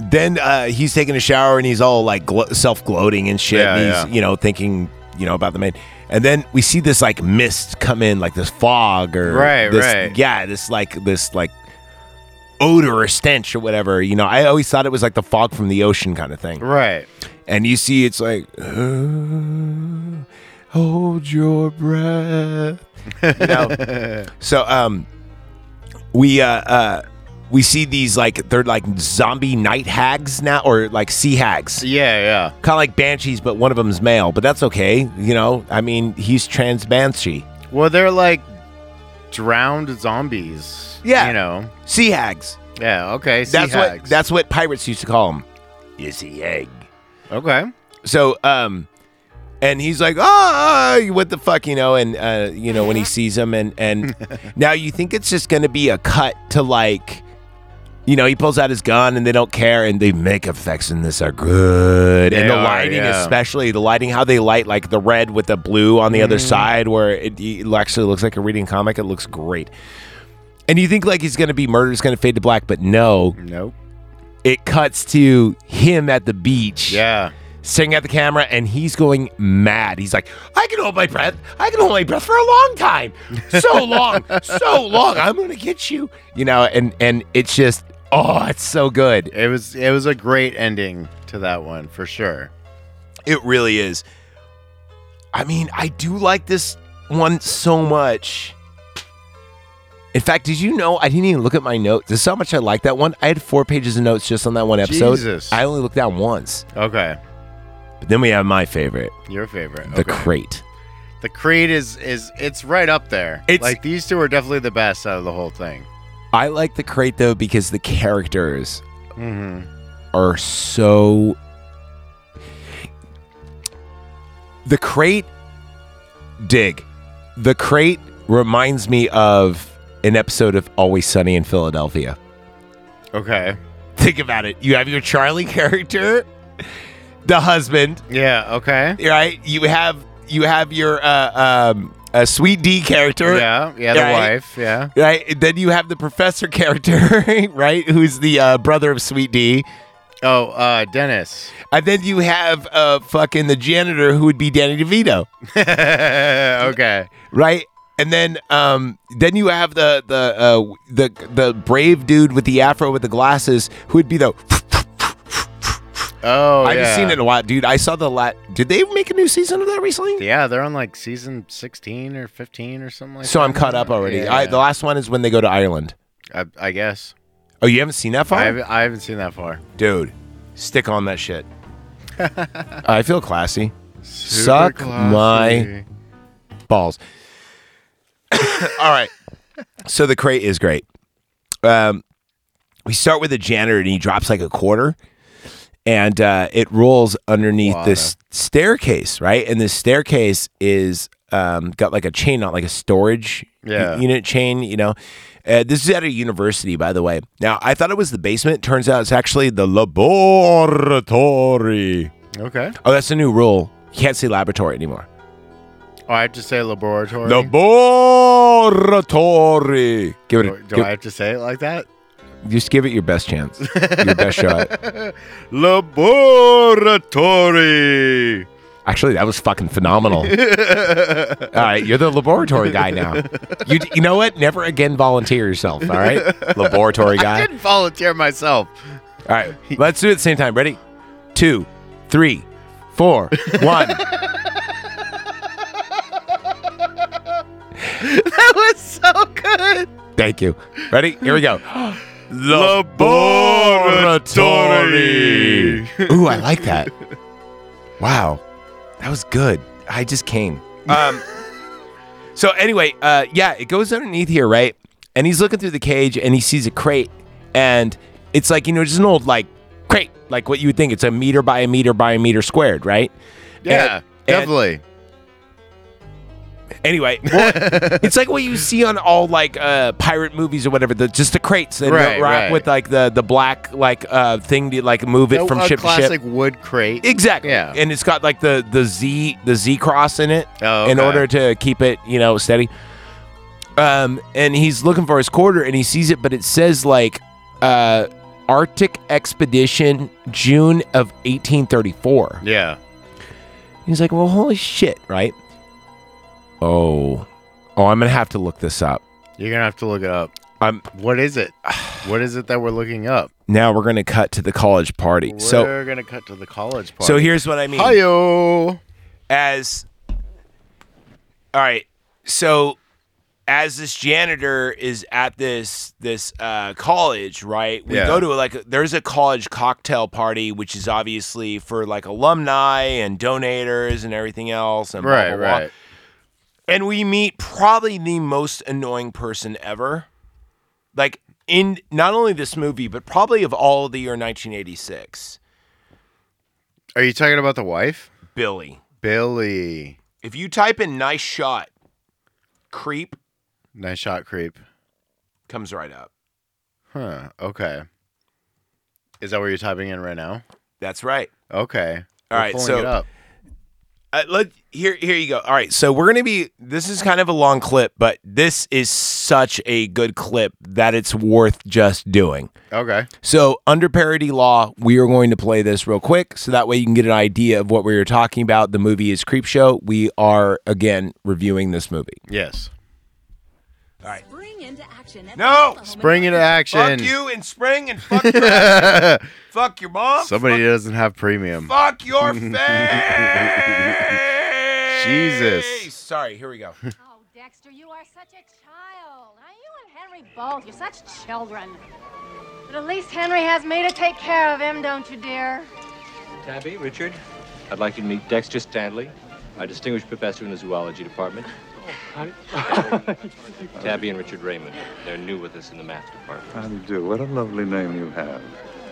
Speaker 1: then uh, he's taking a shower and he's all like glo- self gloating and shit.
Speaker 2: Yeah,
Speaker 1: and he's
Speaker 2: yeah.
Speaker 1: you know thinking you know about the maid, and then we see this like mist come in, like this fog or
Speaker 2: Right,
Speaker 1: this,
Speaker 2: right.
Speaker 1: yeah, this like this like odor or stench or whatever. You know, I always thought it was like the fog from the ocean kind of thing
Speaker 2: right.
Speaker 1: and you see it's like "Uh, hold your breath you know? so um we uh uh we see these like they're like zombie night hags now or like sea hags
Speaker 2: Yeah, yeah.
Speaker 1: kind of like banshees but one of them's male but that's okay you know i mean he's trans banshee
Speaker 2: Well, they're like drowned zombies.
Speaker 1: Yeah.
Speaker 2: you know.
Speaker 1: sea hags
Speaker 2: Yeah. Okay. Sea
Speaker 1: that's what
Speaker 2: hags.
Speaker 1: that's what pirates used to call them you see egg
Speaker 2: okay.
Speaker 1: so um and he's like ah what the fuck you know and uh you know when he sees him and and now you think it's just gonna be a cut to like you know he pulls out his gun and they don't care and the make effects in this are good and
Speaker 2: They
Speaker 1: the
Speaker 2: are,
Speaker 1: lighting
Speaker 2: yeah.
Speaker 1: especially the lighting how they light like the red with the blue on the other
Speaker 2: Mm.
Speaker 1: side where it, it actually looks like a reading comic it looks great and you think like he's gonna be murdered it's gonna fade to black but no
Speaker 2: Nope.
Speaker 1: it cuts to him at the beach
Speaker 2: Yeah.
Speaker 1: staring at the camera and he's going mad. He's like, I can hold my breath. I can hold my breath for a long time. So long. so long. I'm gonna get you. You know, and and it's just oh, it's so good.
Speaker 2: It was it was a great ending to that one for sure.
Speaker 1: It really is. I mean, I do like this one so much. In fact, did you know I didn't even look at my notes? This is how much I like that one. I had four pages of notes just on that one episode.
Speaker 2: Jesus.
Speaker 1: I only looked down once.
Speaker 2: Okay.
Speaker 1: But then we have my favorite,
Speaker 2: Your favorite.
Speaker 1: the
Speaker 2: okay.
Speaker 1: crate.
Speaker 2: The Creed is is it's right up there.
Speaker 1: It's-
Speaker 2: like these two are definitely the best out of the whole thing.
Speaker 1: I like the crate though because the characters
Speaker 2: Mm-hmm.
Speaker 1: are so the crate dig the crate reminds me of an episode of always sunny in philadelphia
Speaker 2: Okay.
Speaker 1: Think about it. You have your Charlie character, the husband,
Speaker 2: Yeah. Okay.
Speaker 1: right? You have you have your uh, um, uh, Sweet D character,
Speaker 2: Yeah. Yeah. The
Speaker 1: Right.
Speaker 2: wife. Yeah.
Speaker 1: right? And then you have the professor character, right? Who's the uh, brother of Sweet D,
Speaker 2: Oh, uh, Dennis.
Speaker 1: and then you have uh, fucking the janitor who would be Danny DeVito,
Speaker 2: okay.
Speaker 1: right? And then um, then you have the the uh, the the brave dude with the afro with the glasses who would be the.
Speaker 2: Oh,
Speaker 1: I haven't
Speaker 2: yeah.
Speaker 1: seen it in a while, dude. I saw the lat. Did they make a new season of that recently?
Speaker 2: Yeah, they're on like season 16 or 15 or something like that.
Speaker 1: So I'm caught up already.
Speaker 2: Yeah.
Speaker 1: I, the last one is when they go to Ireland.
Speaker 2: I, I guess.
Speaker 1: Oh, you haven't seen that
Speaker 2: I
Speaker 1: far,
Speaker 2: haven't, I haven't seen that far.
Speaker 1: dude? Stick on that shit. I feel classy.
Speaker 2: Super
Speaker 1: Suck my- balls. All right. So the crate is great. Um, we start with a janitor and he drops like a quarter and uh, it rolls underneath
Speaker 2: Wow.
Speaker 1: this staircase, right? And this staircase is um, got like a chain on, like a storage u-
Speaker 2: Yeah.
Speaker 1: unit chain, you know. Uh, this is at a university, by the way. Now, I thought it was the basement. Turns out it's actually the laboratory.
Speaker 2: Okay.
Speaker 1: Oh, that's a new rule. You can't say laboratory anymore.
Speaker 2: Oh, I have to say laboratory.
Speaker 1: Laboratory. Give it.
Speaker 2: Do,
Speaker 1: A,
Speaker 2: do
Speaker 1: give-
Speaker 2: I have to say it like that?
Speaker 1: just give it your best chance, your best shot.
Speaker 2: Laboratory.
Speaker 1: Actually, that was fucking phenomenal. All right, you're the laboratory guy now. You you know what? Never again volunteer yourself. All right, laboratory guy.
Speaker 2: I
Speaker 1: All
Speaker 2: didn't volunteer myself.
Speaker 1: right, let's do it at the same time. Ready? Two, three, four, one.
Speaker 2: That was so good.
Speaker 1: Thank you. Ready? Here we go.
Speaker 2: Laboratory.
Speaker 1: Ooh, I like that. Wow, that was good. I just came. Um. so anyway, uh, yeah, it goes underneath here, right? And he's looking through the cage, and he sees a crate, and it's like you know, just an old like crate, like what you would think. It's a meter by a meter by a meter squared, right?
Speaker 2: Yeah,
Speaker 1: And-
Speaker 2: definitely.
Speaker 1: Anyway, well, it's like what you see on all like uh, pirate movies or whatever. The just the crates that
Speaker 2: Right,
Speaker 1: wrap
Speaker 2: right.
Speaker 1: with like the the black like uh, thing to like move it
Speaker 2: A-
Speaker 1: from
Speaker 2: a
Speaker 1: ship to
Speaker 2: uh, classic
Speaker 1: ship.
Speaker 2: wood crate.
Speaker 1: Exactly.
Speaker 2: Yeah.
Speaker 1: And it's got like the the Z the Z cross in it
Speaker 2: Oh,
Speaker 1: in
Speaker 2: okay.
Speaker 1: order to keep it you know steady. Um, and he's looking for his quarter and he sees it, but it says like uh, Arctic Expedition June of 1834.
Speaker 2: Yeah.
Speaker 1: He's like, well, holy shit, right? Oh, oh, I'm gonna have to look this up.
Speaker 2: You're gonna have to look it up.
Speaker 1: I'm
Speaker 2: What is it? what is it that we're looking up?
Speaker 1: now we're gonna cut to the college party.
Speaker 2: We're
Speaker 1: so,
Speaker 2: gonna cut to the college part.
Speaker 1: so here's what I mean.
Speaker 2: Hiyo.
Speaker 1: As all right, so as this janitor is at this this uh, college, right? We
Speaker 2: Yeah.
Speaker 1: go to like there's a college cocktail party, which is obviously for like alumni and donators and everything else, and blah,
Speaker 2: Right,
Speaker 1: blah, blah.
Speaker 2: right.
Speaker 1: and we meet probably the most annoying person ever. Like in not only this movie, but probably of all the year 1986,
Speaker 2: Are you talking about the wife?
Speaker 1: Billy.
Speaker 2: Billy.
Speaker 1: If you type in nice shot, creep
Speaker 2: Nice shot, creep.
Speaker 1: comes right up.
Speaker 2: Huh. Okay. Is that what you're typing in right now?
Speaker 1: That's right.
Speaker 2: Okay.
Speaker 1: All
Speaker 2: We're
Speaker 1: right,
Speaker 2: pulling
Speaker 1: so-
Speaker 2: it up.
Speaker 1: Uh, let here here you go. All right, so we're gonna be. This is kind of a long clip, but this is such a good clip that it's worth just doing.
Speaker 2: Okay.
Speaker 1: So, under parody law, we are going to play this real quick so that way you can get an idea of what we were talking about. The movie is Creepshow. We are, again, reviewing this movie.
Speaker 2: Yes.
Speaker 1: All right.
Speaker 10: Spring into action. at
Speaker 1: No!
Speaker 10: the Oklahoma
Speaker 2: Bring it to action.
Speaker 1: Fuck you in spring and fuck your, fuck your mom.
Speaker 2: Somebody doesn't have premium.
Speaker 1: Fuck your face.
Speaker 2: Jesus.
Speaker 1: Sorry, here we go.
Speaker 10: Oh, Dexter, you are such a child. Now, you and Henry both, you're such children. But at least Henry has me to take care of him, don't you, dear?
Speaker 11: Tabby, Richard, I'd like you to meet Dexter Stanley, our distinguished professor in the zoology department. Tabby and Richard Raymond, they're new with us in the math department.
Speaker 9: How do you do? What a lovely name you have.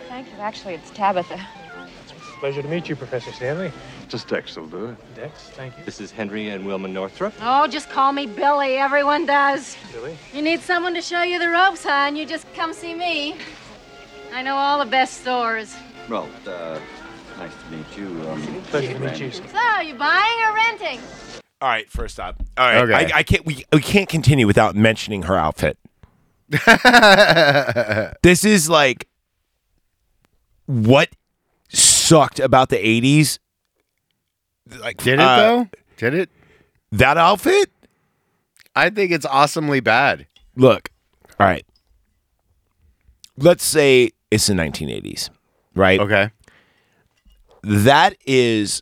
Speaker 10: Thank you. Actually, it's Tabitha.
Speaker 11: Pleasure to meet you, Professor Stanley.
Speaker 9: Just Dex will do it.
Speaker 11: Dex, thank you. This is Henry and Wilma Northrup.
Speaker 10: Oh, just call me Billy. Everyone does.
Speaker 11: Billy.
Speaker 10: You need someone to show you the ropes, hon. You just come see me. I know all the best stores.
Speaker 12: Well, uh, nice to meet you. Um,
Speaker 11: Pleasure to meet you.
Speaker 10: So, you buying or renting?
Speaker 1: All right, first up. All right,
Speaker 2: Okay.
Speaker 1: I, I can't. We, we can't continue without mentioning her outfit. this is like what sucked about the '80s. Like,
Speaker 2: Did it
Speaker 1: uh,
Speaker 2: though? Did it?
Speaker 1: That outfit?
Speaker 2: I think it's awesomely bad.
Speaker 1: Look, all right. Let's say it's the 1980s, right?
Speaker 2: Okay.
Speaker 1: That is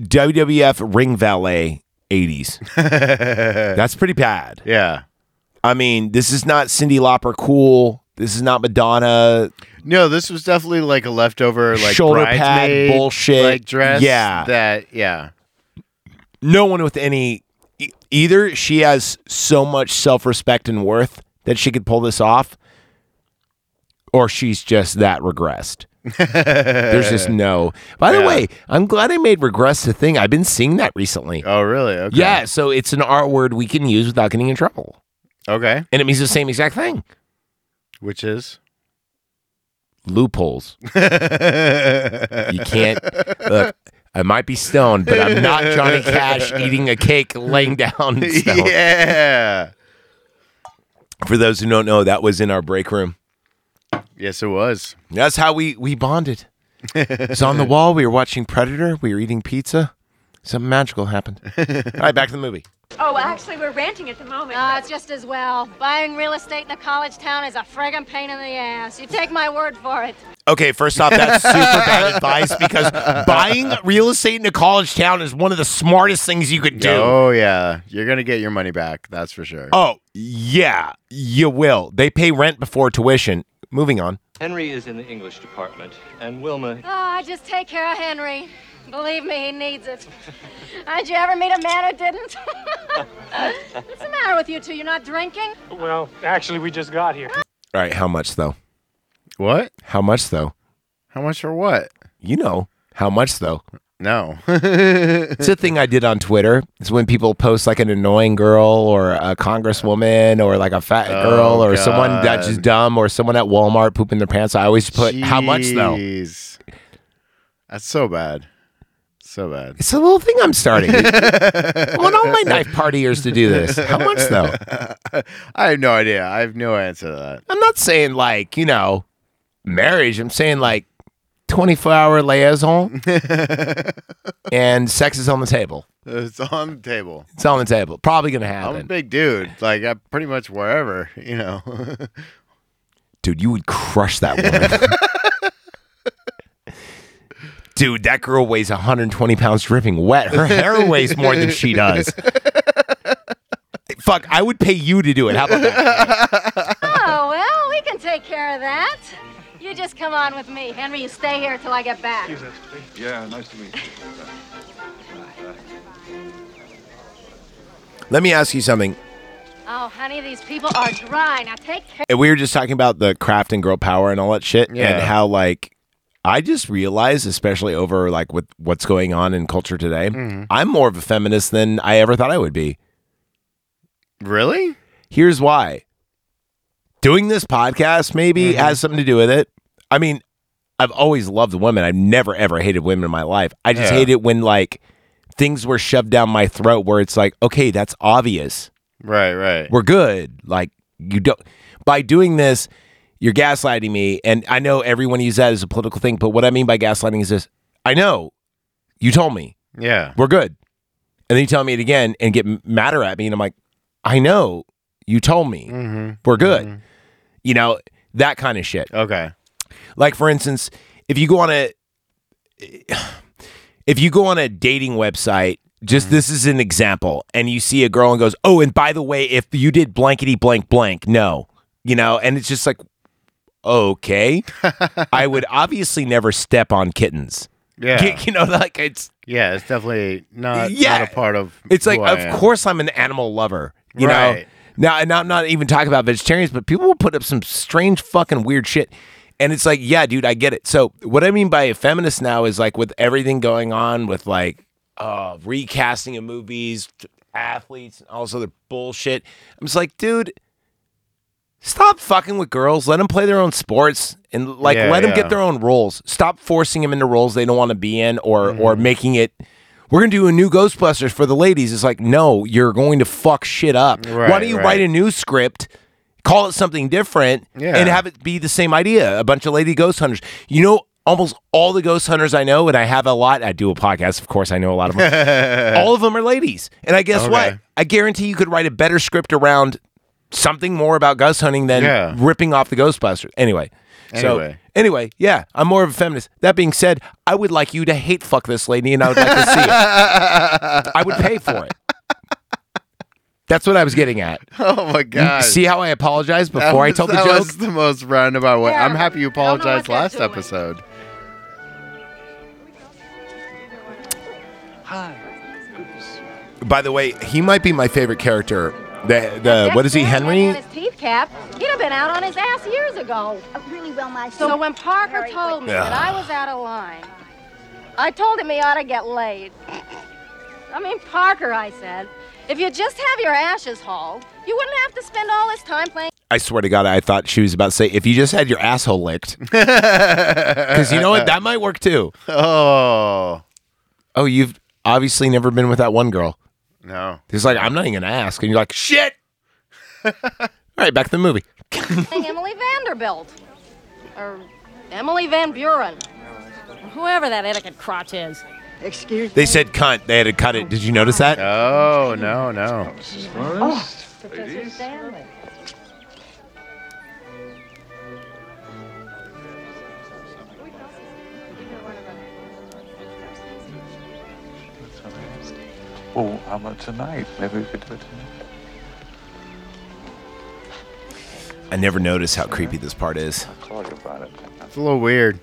Speaker 1: WWF Ring Valet 80s. That's pretty bad.
Speaker 2: Yeah.
Speaker 1: I mean, this is not Cindy Lauper cool. This is not Madonna
Speaker 2: No, this was definitely like a leftover like
Speaker 1: Shoulder pad
Speaker 2: bridesmaid,
Speaker 1: bullshit.
Speaker 2: like dress.
Speaker 1: Yeah.
Speaker 2: That yeah.
Speaker 1: no one with any e- either she has so much self-respect and worth that she could pull this off or she's just that regressed there's just no by the
Speaker 2: Yeah.
Speaker 1: way i'm glad i made regress a thing i've been seeing that recently
Speaker 2: Oh really? Okay.
Speaker 1: yeah so it's an r word we can use without getting in trouble
Speaker 2: Okay.
Speaker 1: and it means the same exact thing
Speaker 2: Which is
Speaker 1: loopholes you can't look i might be stoned but i'm not johnny cash eating a cake laying down stoned.
Speaker 2: Yeah.
Speaker 1: For those who don't know, that was in our break room.
Speaker 2: Yes, it was.
Speaker 1: That's how we we bonded. It's on the wall. We were watching Predator. We were eating pizza. Something magical happened. All right, back to the movie.
Speaker 10: Oh, actually, we're renting at the moment. Ah, it's just as well. Buying real estate in a college town is a friggin' pain in the ass. You take my word for it.
Speaker 1: Okay, first off, that's super bad advice because buying real estate in a college town is one of the smartest things you could do.
Speaker 2: Oh yeah. You're gonna get your money back, that's for sure.
Speaker 1: Oh yeah, you will. They pay rent before tuition. Moving on.
Speaker 11: Henry is in the English department, and Wilma.
Speaker 10: Oh, I just take care of Henry. Believe me, he needs it. Did you ever meet a man who didn't? What's the matter with you two? You're not drinking?
Speaker 7: Well, actually, we just got here.
Speaker 1: All right, how much though?
Speaker 2: What?
Speaker 1: How much though?
Speaker 2: How much for what?
Speaker 1: You know how much though?
Speaker 2: No.
Speaker 1: It's a thing I did on Twitter. It's when people post like an annoying girl or a congresswoman or like a fat
Speaker 2: Oh,
Speaker 1: girl or someone that's
Speaker 2: God.
Speaker 1: just dumb or someone at Walmart pooping their pants. I always put how much though.
Speaker 2: Jeez. That's so bad. So bad.
Speaker 1: It's a little thing I'm starting. I want all my knife partiers to do this. How much though?
Speaker 2: I have no idea. I have no answer to that.
Speaker 1: I'm not saying like you know marriage. I'm saying like 24 hour liaison and sex is on the table.
Speaker 2: It's on the table.
Speaker 1: It's on the table. Probably gonna
Speaker 2: I'm a
Speaker 1: happen,
Speaker 2: big dude. Like I'm pretty much wherever, you know.
Speaker 1: dude. You would crush that woman. Dude, that girl weighs 120 pounds dripping wet. Her hair weighs more than she does. Fuck, I would pay you to do it. How about that?
Speaker 10: Oh, well, we can take care of that. You just come on with me. Henry, you stay here till I get back.
Speaker 9: Yeah, nice to meet you.
Speaker 1: Let me ask you something.
Speaker 10: Oh, honey, these people are dry. Now take care.
Speaker 1: And we were just talking about the craft and girl power and all that shit, and
Speaker 2: Yeah.
Speaker 1: how like I just realized, especially over like with what's going on in culture today,
Speaker 2: Mm-hmm.
Speaker 1: I'm more of a feminist than I ever thought I would be.
Speaker 2: really?
Speaker 1: Here's why. Doing this podcast
Speaker 2: Mm-hmm.
Speaker 1: maybe has something to do with it. I mean, I've always loved women. I've never ever hated women in my life. I just
Speaker 2: Yeah.
Speaker 1: hate it when like things were shoved down my throat where it's like, okay, that's obvious.
Speaker 2: Right, right.
Speaker 1: We're good. Like you don't by doing this, you're gaslighting me. And I know everyone uses that as a political thing, but what I mean by gaslighting is this. I know. You told me
Speaker 2: Yeah.
Speaker 1: we're good. And then you tell me it again and get m- madder at me. And I'm like, I know you told me
Speaker 2: Mhm.
Speaker 1: we're good. You know, that kind of shit.
Speaker 2: Okay.
Speaker 1: Like, for instance, if you go on a, if you go on a dating website, just this is an example, and you see a girl and goes, oh, and by the way, if you did blankety blank blank, no, you know, and it's just like, okay, I would obviously never step on kittens.
Speaker 2: Yeah.
Speaker 1: You know, like it's
Speaker 2: yeah, it's definitely not,
Speaker 1: Yeah.
Speaker 2: not a part of
Speaker 1: it's like,
Speaker 2: who I
Speaker 1: of
Speaker 2: am.
Speaker 1: course, I'm an animal lover. You know,
Speaker 2: Right.
Speaker 1: now and I'm not even talking about vegetarians, but people will put up some strange, fucking weird shit, and it's like, yeah, dude, I get it. So what I mean by a feminist now is like with everything going on with like uh, recasting of movies, athletes, and all this other bullshit. I'm just like, dude, Stop fucking with girls. Let them play their own sports and like
Speaker 2: Yeah,
Speaker 1: let them
Speaker 2: yeah.
Speaker 1: get their own roles. Stop forcing them into roles they don't want to be in or or
Speaker 2: Mm-hmm.
Speaker 1: making it. We're gonna do a new Ghostbusters for the ladies. It's like no, you're going to fuck shit up. Why
Speaker 2: Right,
Speaker 1: don't you
Speaker 2: right.
Speaker 1: write a new script? Call it something different
Speaker 2: Yeah.
Speaker 1: and have it be the same idea. A bunch of lady ghost hunters. You know, almost all the ghost hunters I know, and I have a lot. I do a podcast, of course. I know a lot of them. all of them are ladies. And I guess what?
Speaker 2: Okay.
Speaker 1: I guarantee you could write a better script around something more about ghost hunting than
Speaker 2: Yeah.
Speaker 1: ripping off the Ghostbusters. Anyway. So,
Speaker 2: Anyway.
Speaker 1: anyway, yeah, I'm more of a feminist. That being said, I would like you to hate fuck this lady and I would like to see it. I would pay for it. That's what I was getting at.
Speaker 2: Oh my god!
Speaker 1: See how I apologized
Speaker 2: That
Speaker 1: before I
Speaker 2: was-
Speaker 1: told the
Speaker 2: that
Speaker 1: joke?
Speaker 2: was the most roundabout way. I'm happy you apologized last episode.
Speaker 1: By the way, he might be my favorite character. The, the Uh, what is he,
Speaker 10: And
Speaker 1: Henry?
Speaker 10: his teeth cap. He'd have been out on his ass years ago.
Speaker 13: Uh,
Speaker 14: Really well, my
Speaker 10: So when Parker told me that I was out of line, I told him he ought to get laid. I mean, Parker, I said, if you just have your ashes hauled, you wouldn't have to spend all this time playing.
Speaker 1: I swear to God, I thought she was about to say, if you just had your asshole licked. Because you know what? That might work too.
Speaker 2: Oh.
Speaker 1: Oh, you've obviously never been with that one girl.
Speaker 2: No.
Speaker 1: He's like, I'm not even going to ask. And you're like, shit. All right, back to the movie.
Speaker 10: Emily Vanderbilt or Emily Van Buren, whoever that etiquette crotch is. Excuse
Speaker 1: They said cunt. They had to cut it. Did you notice that?
Speaker 2: Oh, no, no.
Speaker 10: Professor Stanley.
Speaker 9: Oh, how about tonight? Maybe we could do it tonight.
Speaker 1: I never noticed how creepy this part is.
Speaker 12: Talk about it.
Speaker 2: It's a little weird.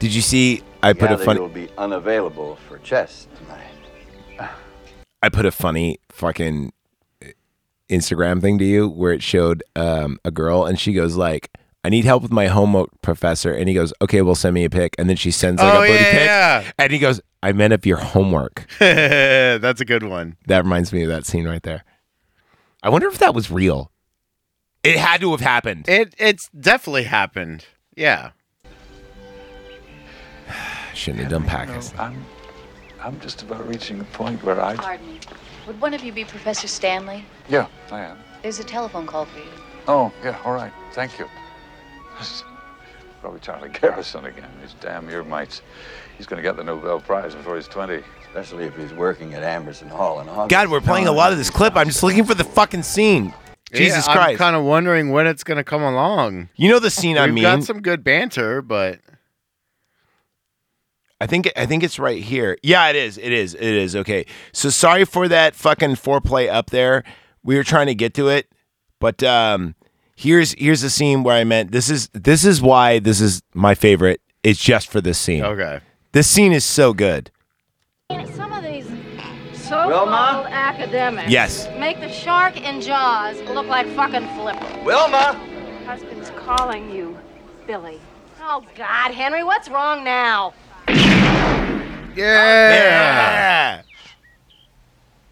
Speaker 1: Did you see? I put a
Speaker 12: Gather
Speaker 1: funny.
Speaker 12: You'll be unavailable for chess tonight.
Speaker 1: I put a funny fucking Instagram thing to you where it showed um, a girl and she goes like, "I need help with my homework, professor," and he goes, "Okay, well, send me a pic." And then she sends like
Speaker 2: Oh,
Speaker 1: a booty
Speaker 2: yeah,
Speaker 1: pic,
Speaker 2: yeah.
Speaker 1: and he goes, "I meant up your homework."
Speaker 2: That's a good one.
Speaker 1: That reminds me of that scene right there. I wonder if that was real. It had to have happened.
Speaker 2: It it's definitely happened. Yeah.
Speaker 1: Shouldn't have done
Speaker 9: No,
Speaker 1: packets.
Speaker 9: I'm, I'm just about reaching the point where I.
Speaker 13: Pardon me. Would one of you be Professor Stanley?
Speaker 9: Yeah, I am.
Speaker 13: There's a telephone call for you.
Speaker 9: Oh, yeah, all right. Thank you. Probably Charlie Garrison again. These damn earmites. He's going to get the Nobel Prize before he's 20.
Speaker 12: Especially if he's working at Amberson Hall in August.
Speaker 1: God, we're playing a lot of this clip. I'm just looking for the fucking scene. Jesus
Speaker 2: Yeah, I'm
Speaker 1: Christ.
Speaker 2: kind of wondering when it's gonna come along.
Speaker 1: You know the scene I
Speaker 2: We've
Speaker 1: mean.
Speaker 2: got some good banter, but
Speaker 1: I think I think it's right here. Yeah, it is. It is. It is. Okay. So sorry for that fucking foreplay up there. We were trying to get to it, but um here's here's the scene where I meant this is this is why this is my favorite. It's just for this scene.
Speaker 2: Okay.
Speaker 1: This scene is so good.
Speaker 10: Some of these so-called academics
Speaker 1: Yes.
Speaker 10: make the shark in Jaws look like fucking Flipper.
Speaker 12: Wilma!
Speaker 10: Husband's calling you, Billy. Oh God, Henry, what's wrong now?
Speaker 2: Yeah.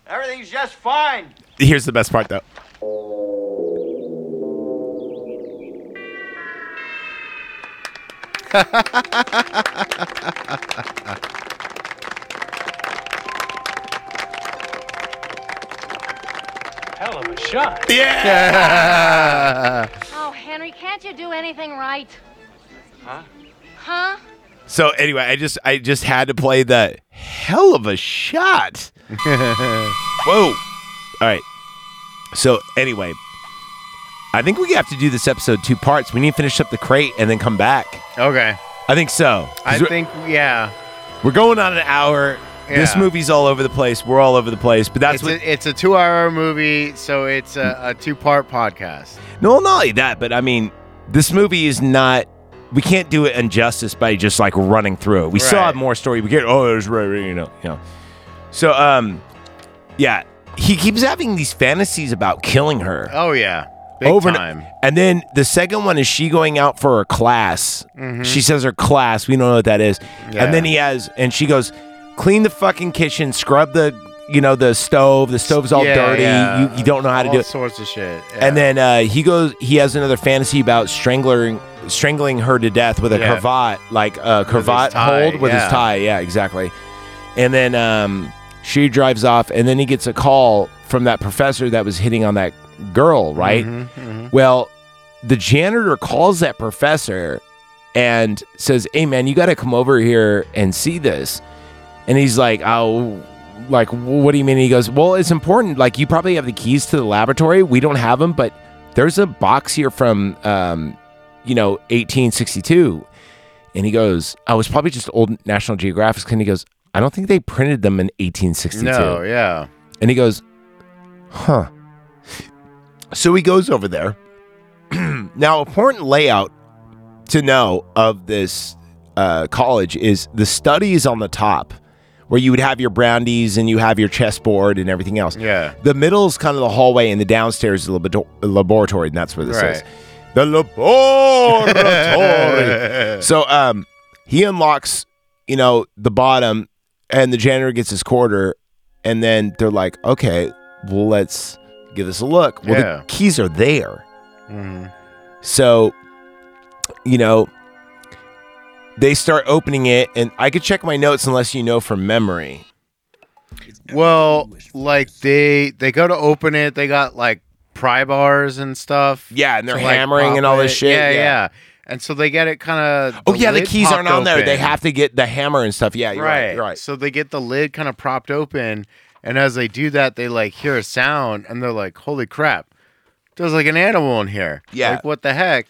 Speaker 5: Everything's just fine.
Speaker 1: Here's the best part though.
Speaker 7: Hell of a shot.
Speaker 2: Yeah.
Speaker 10: Oh, Henry, can't you do anything right?
Speaker 9: Huh?
Speaker 10: Huh?
Speaker 1: So anyway, I just I just had to play the hell of a shot. Whoa. All right. So anyway, I think we have to do this episode two parts. We need to finish up the crate and then come back.
Speaker 2: Okay.
Speaker 1: I think so. 'Cause
Speaker 2: I
Speaker 1: we're-
Speaker 2: think yeah.
Speaker 1: we're going on an hour. This
Speaker 2: Yeah.
Speaker 1: movie's all over the place. We're all over the place, but that's
Speaker 2: It's
Speaker 1: what
Speaker 2: a, it's a two-hour movie, so it's a, a two-part podcast.
Speaker 1: No, not only that, but I mean, this movie is not. We can't do it injustice by just like running through it. We still
Speaker 2: Right.
Speaker 1: have more story. We get oh, there's right, right, you know, you know. So, um, yeah, he keeps having these fantasies about killing her
Speaker 2: Oh yeah, big
Speaker 1: over
Speaker 2: time.
Speaker 1: and then the second one is she going out for her class.
Speaker 2: Mhm.
Speaker 1: She says her class. We don't know what that is.
Speaker 2: Yeah.
Speaker 1: And then he has, and she goes, clean the fucking kitchen, scrub the you know, the stove. The stove's all
Speaker 2: Yeah,
Speaker 1: dirty.
Speaker 2: yeah.
Speaker 1: You, you don't know how to
Speaker 2: All
Speaker 1: do it.
Speaker 2: sorts of shit.
Speaker 1: And then uh, he goes. He has another fantasy about strangling strangling her to death with a
Speaker 2: Yeah.
Speaker 1: cravat, like a
Speaker 2: his
Speaker 1: cravat
Speaker 2: tie,
Speaker 1: hold with
Speaker 2: yeah.
Speaker 1: his tie. Yeah, exactly. And then um, she drives off, and then he gets a call from that professor that was hitting on that girl, right?
Speaker 2: Mhm, mhm.
Speaker 1: Well, the janitor calls that professor and says, "Hey, man, you got to come over here and see this." And he's like, "Oh." Like, what do you mean? He goes, Well, it's important. Like, you probably have the keys to the laboratory. We don't have them, but there's a box here from, um, you know, 1862. And he goes, I was probably just old National Geographic. And he goes, I don't think they printed them in 1862.
Speaker 2: No, yeah.
Speaker 1: And he goes, Huh. So he goes over there. now, important layout to know of this uh, college is the study is on the top where you would have your brandies and you have your chessboard and everything else.
Speaker 2: Yeah.
Speaker 1: The middle is kind of the hallway and the downstairs is the labato- laboratory, and that's where this is.
Speaker 2: Right.
Speaker 1: The laboratory. so um, he unlocks, you know, the bottom, and the janitor gets his quarter, and then they're like, okay, well, let's give this a look. Well,
Speaker 2: Yeah.
Speaker 1: the keys are there.
Speaker 2: Mhm.
Speaker 1: So, you know, they start opening it, and I could check my notes unless you know from memory.
Speaker 2: Well, like they they go to open it, they got like pry bars and stuff.
Speaker 1: Yeah, and they're
Speaker 2: to, like,
Speaker 1: hammering and
Speaker 2: pop
Speaker 1: all this
Speaker 2: it.
Speaker 1: shit,
Speaker 2: Yeah,
Speaker 1: yeah.
Speaker 2: yeah, And so they get it kind of.
Speaker 1: Oh yeah, the keys aren't on there. They have to get the hammer and stuff. Yeah, you're right.
Speaker 2: right,
Speaker 1: you're right.
Speaker 2: So they get the lid kind of propped open, and as they do that, they like hear a sound, and they're like, "Holy crap! There's like an animal in here.
Speaker 1: Yeah.
Speaker 2: like what the heck?"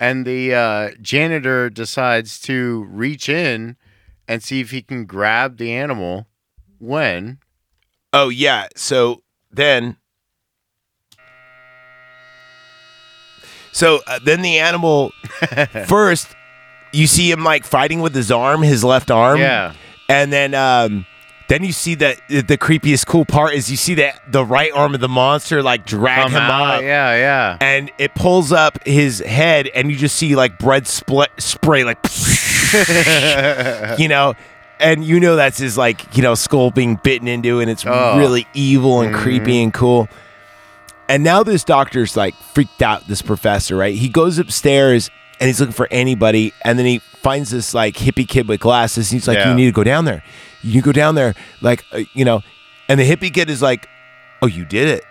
Speaker 2: And the uh, janitor decides to reach in and see if he can grab the animal. When
Speaker 1: Oh yeah. So then, so uh, then the animal first, you see him like fighting with his arm, his left arm.
Speaker 2: Yeah.
Speaker 1: And then, um, then you see that uh, the creepiest cool part is you see that the right arm of the monster like drag
Speaker 2: Come
Speaker 1: him
Speaker 2: out,
Speaker 1: up.
Speaker 2: yeah, yeah.
Speaker 1: And it pulls up his head, and you just see like bread split spray like.
Speaker 2: Uh,
Speaker 1: you know and you know that's his like you know skull being bitten into and it's
Speaker 2: Oh.
Speaker 1: really evil and creepy and cool and now this doctor's like freaked out this professor right he goes upstairs and he's looking for anybody and then he finds this like hippie kid with glasses and he's like
Speaker 2: Yeah.
Speaker 1: you need to go down there you need to go down there like uh, you know and the hippie kid is like oh you did it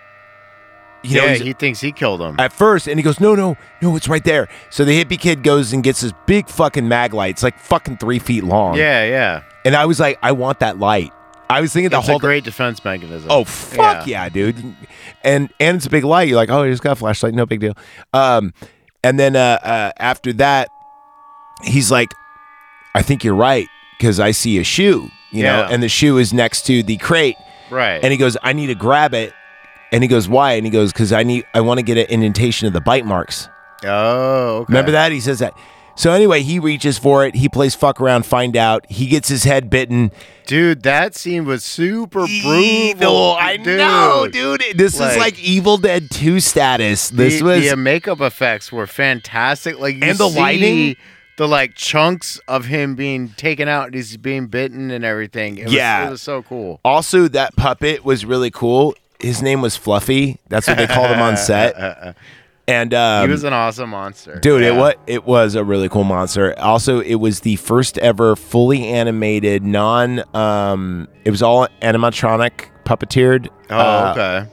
Speaker 1: you know
Speaker 2: yeah,
Speaker 1: he's-
Speaker 2: he thinks he killed him.
Speaker 1: at first, and he goes, "No, no, no, it's right there." So the hippie kid goes and gets this big fucking mag light. It's like fucking three feet long.
Speaker 2: Yeah, yeah.
Speaker 1: And I was like, I want that light. I was thinking the
Speaker 2: It's
Speaker 1: whole
Speaker 2: a great defense mechanism.
Speaker 1: Oh fuck yeah. dude! And and it's a big light. You're like, oh, I just got a flashlight. No big deal. Um, and then uh, uh after that, he's like, I think you're right because I see a shoe, you know,
Speaker 2: Yeah.
Speaker 1: and the shoe is next to the crate.
Speaker 2: Right.
Speaker 1: And he goes, I need to grab it. And he goes, why? And he goes, because I need, I want to get an indentation of the bite marks.
Speaker 2: Oh, okay.
Speaker 1: Remember that? He says that. So anyway, he reaches for it. He plays fuck around, find out. He gets his head bitten.
Speaker 2: Dude, that scene was super brutal.
Speaker 1: Evil. I know, dude. This is like Evil Dead 2 status. This
Speaker 2: the,
Speaker 1: was
Speaker 2: the uh, makeup effects were fantastic. Like you
Speaker 1: And the
Speaker 2: see
Speaker 1: lighting?
Speaker 2: the like chunks of him being taken out, and he's being bitten and everything. It was,
Speaker 1: Yeah.
Speaker 2: it was so cool.
Speaker 1: also that puppet was really cool. His name was Fluffy. That's what they called him on set. And um,
Speaker 2: he was an awesome monster,
Speaker 1: Dude, it
Speaker 2: Yeah.
Speaker 1: was it was a really cool monster. Also, it was the first ever fully animated, non um it was all animatronic puppeteered
Speaker 2: Oh, okay.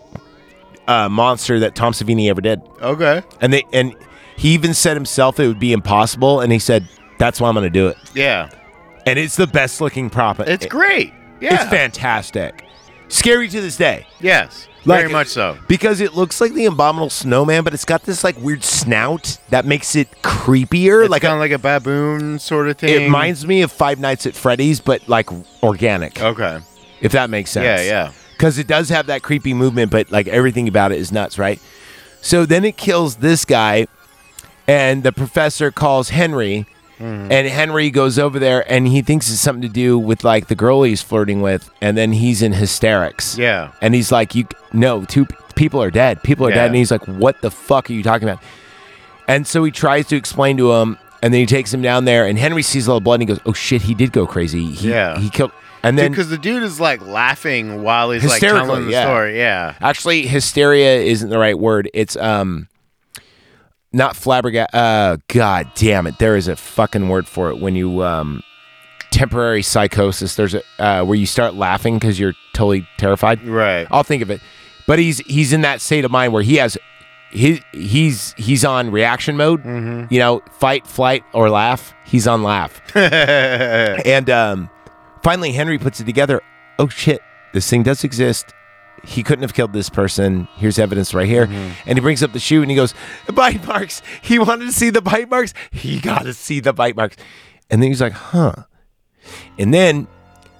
Speaker 1: uh monster that Tom Savini ever did.
Speaker 2: Okay.
Speaker 1: And they and he even said himself it would be impossible and he said, That's why I'm gonna do it.
Speaker 2: Yeah,
Speaker 1: And it's the best looking prop.
Speaker 2: it's great. Yeah,
Speaker 1: It's fantastic. Scary to this day.
Speaker 2: Yes,
Speaker 1: Like-
Speaker 2: very much so.
Speaker 1: Because it looks like the abominable snowman, but it's got this like weird snout that makes it creepier.
Speaker 2: It's
Speaker 1: like a-
Speaker 2: kind of like a baboon sort of
Speaker 1: It
Speaker 2: thing.
Speaker 1: reminds me of Five Nights at Freddy's, but like organic.
Speaker 2: Okay.
Speaker 1: If that makes sense.
Speaker 2: Yeah, yeah.
Speaker 1: Because it does have that creepy movement, but like everything about it is nuts, right? So then it kills this guy, and the professor calls Henry,
Speaker 2: Hmm.
Speaker 1: and Henry goes over there and he thinks it's something to do with like the girl he's flirting with, and then he's in hysterics.
Speaker 2: Yeah.
Speaker 1: And he's like, "You no, two p- people are dead. People are
Speaker 2: Yeah.
Speaker 1: dead." And he's like, "What the fuck are you talking about?" And so he tries to explain to him, and then he takes him down there, and Henry sees all the blood, and he goes, "Oh shit, he did go crazy. He,
Speaker 2: Yeah.
Speaker 1: he killed." And then
Speaker 2: because the dude is like laughing while he's like
Speaker 1: Hysterically,
Speaker 2: telling the
Speaker 1: yeah.
Speaker 2: story. Yeah.
Speaker 1: Actually, hysteria isn't the right word. It's um, not flabbergasted. Uh, God damn it! There is a fucking word for it when you um, temporary psychosis. There's a uh, where you start laughing because you're totally terrified.
Speaker 2: Right.
Speaker 1: I'll think of it. But he's he's in that state of mind where he has his he's he's on reaction mode.
Speaker 2: Mm-hmm.
Speaker 1: You know, fight, flight, or laugh. He's on laugh. and um, finally, Henry puts it together. Oh shit! This thing does exist. He couldn't have killed this person. Here's evidence right here. And he brings up the shoe and he goes, "Bite marks." He wanted to see the bite marks. He got to see the bite marks. And then he's like, "Huh." And then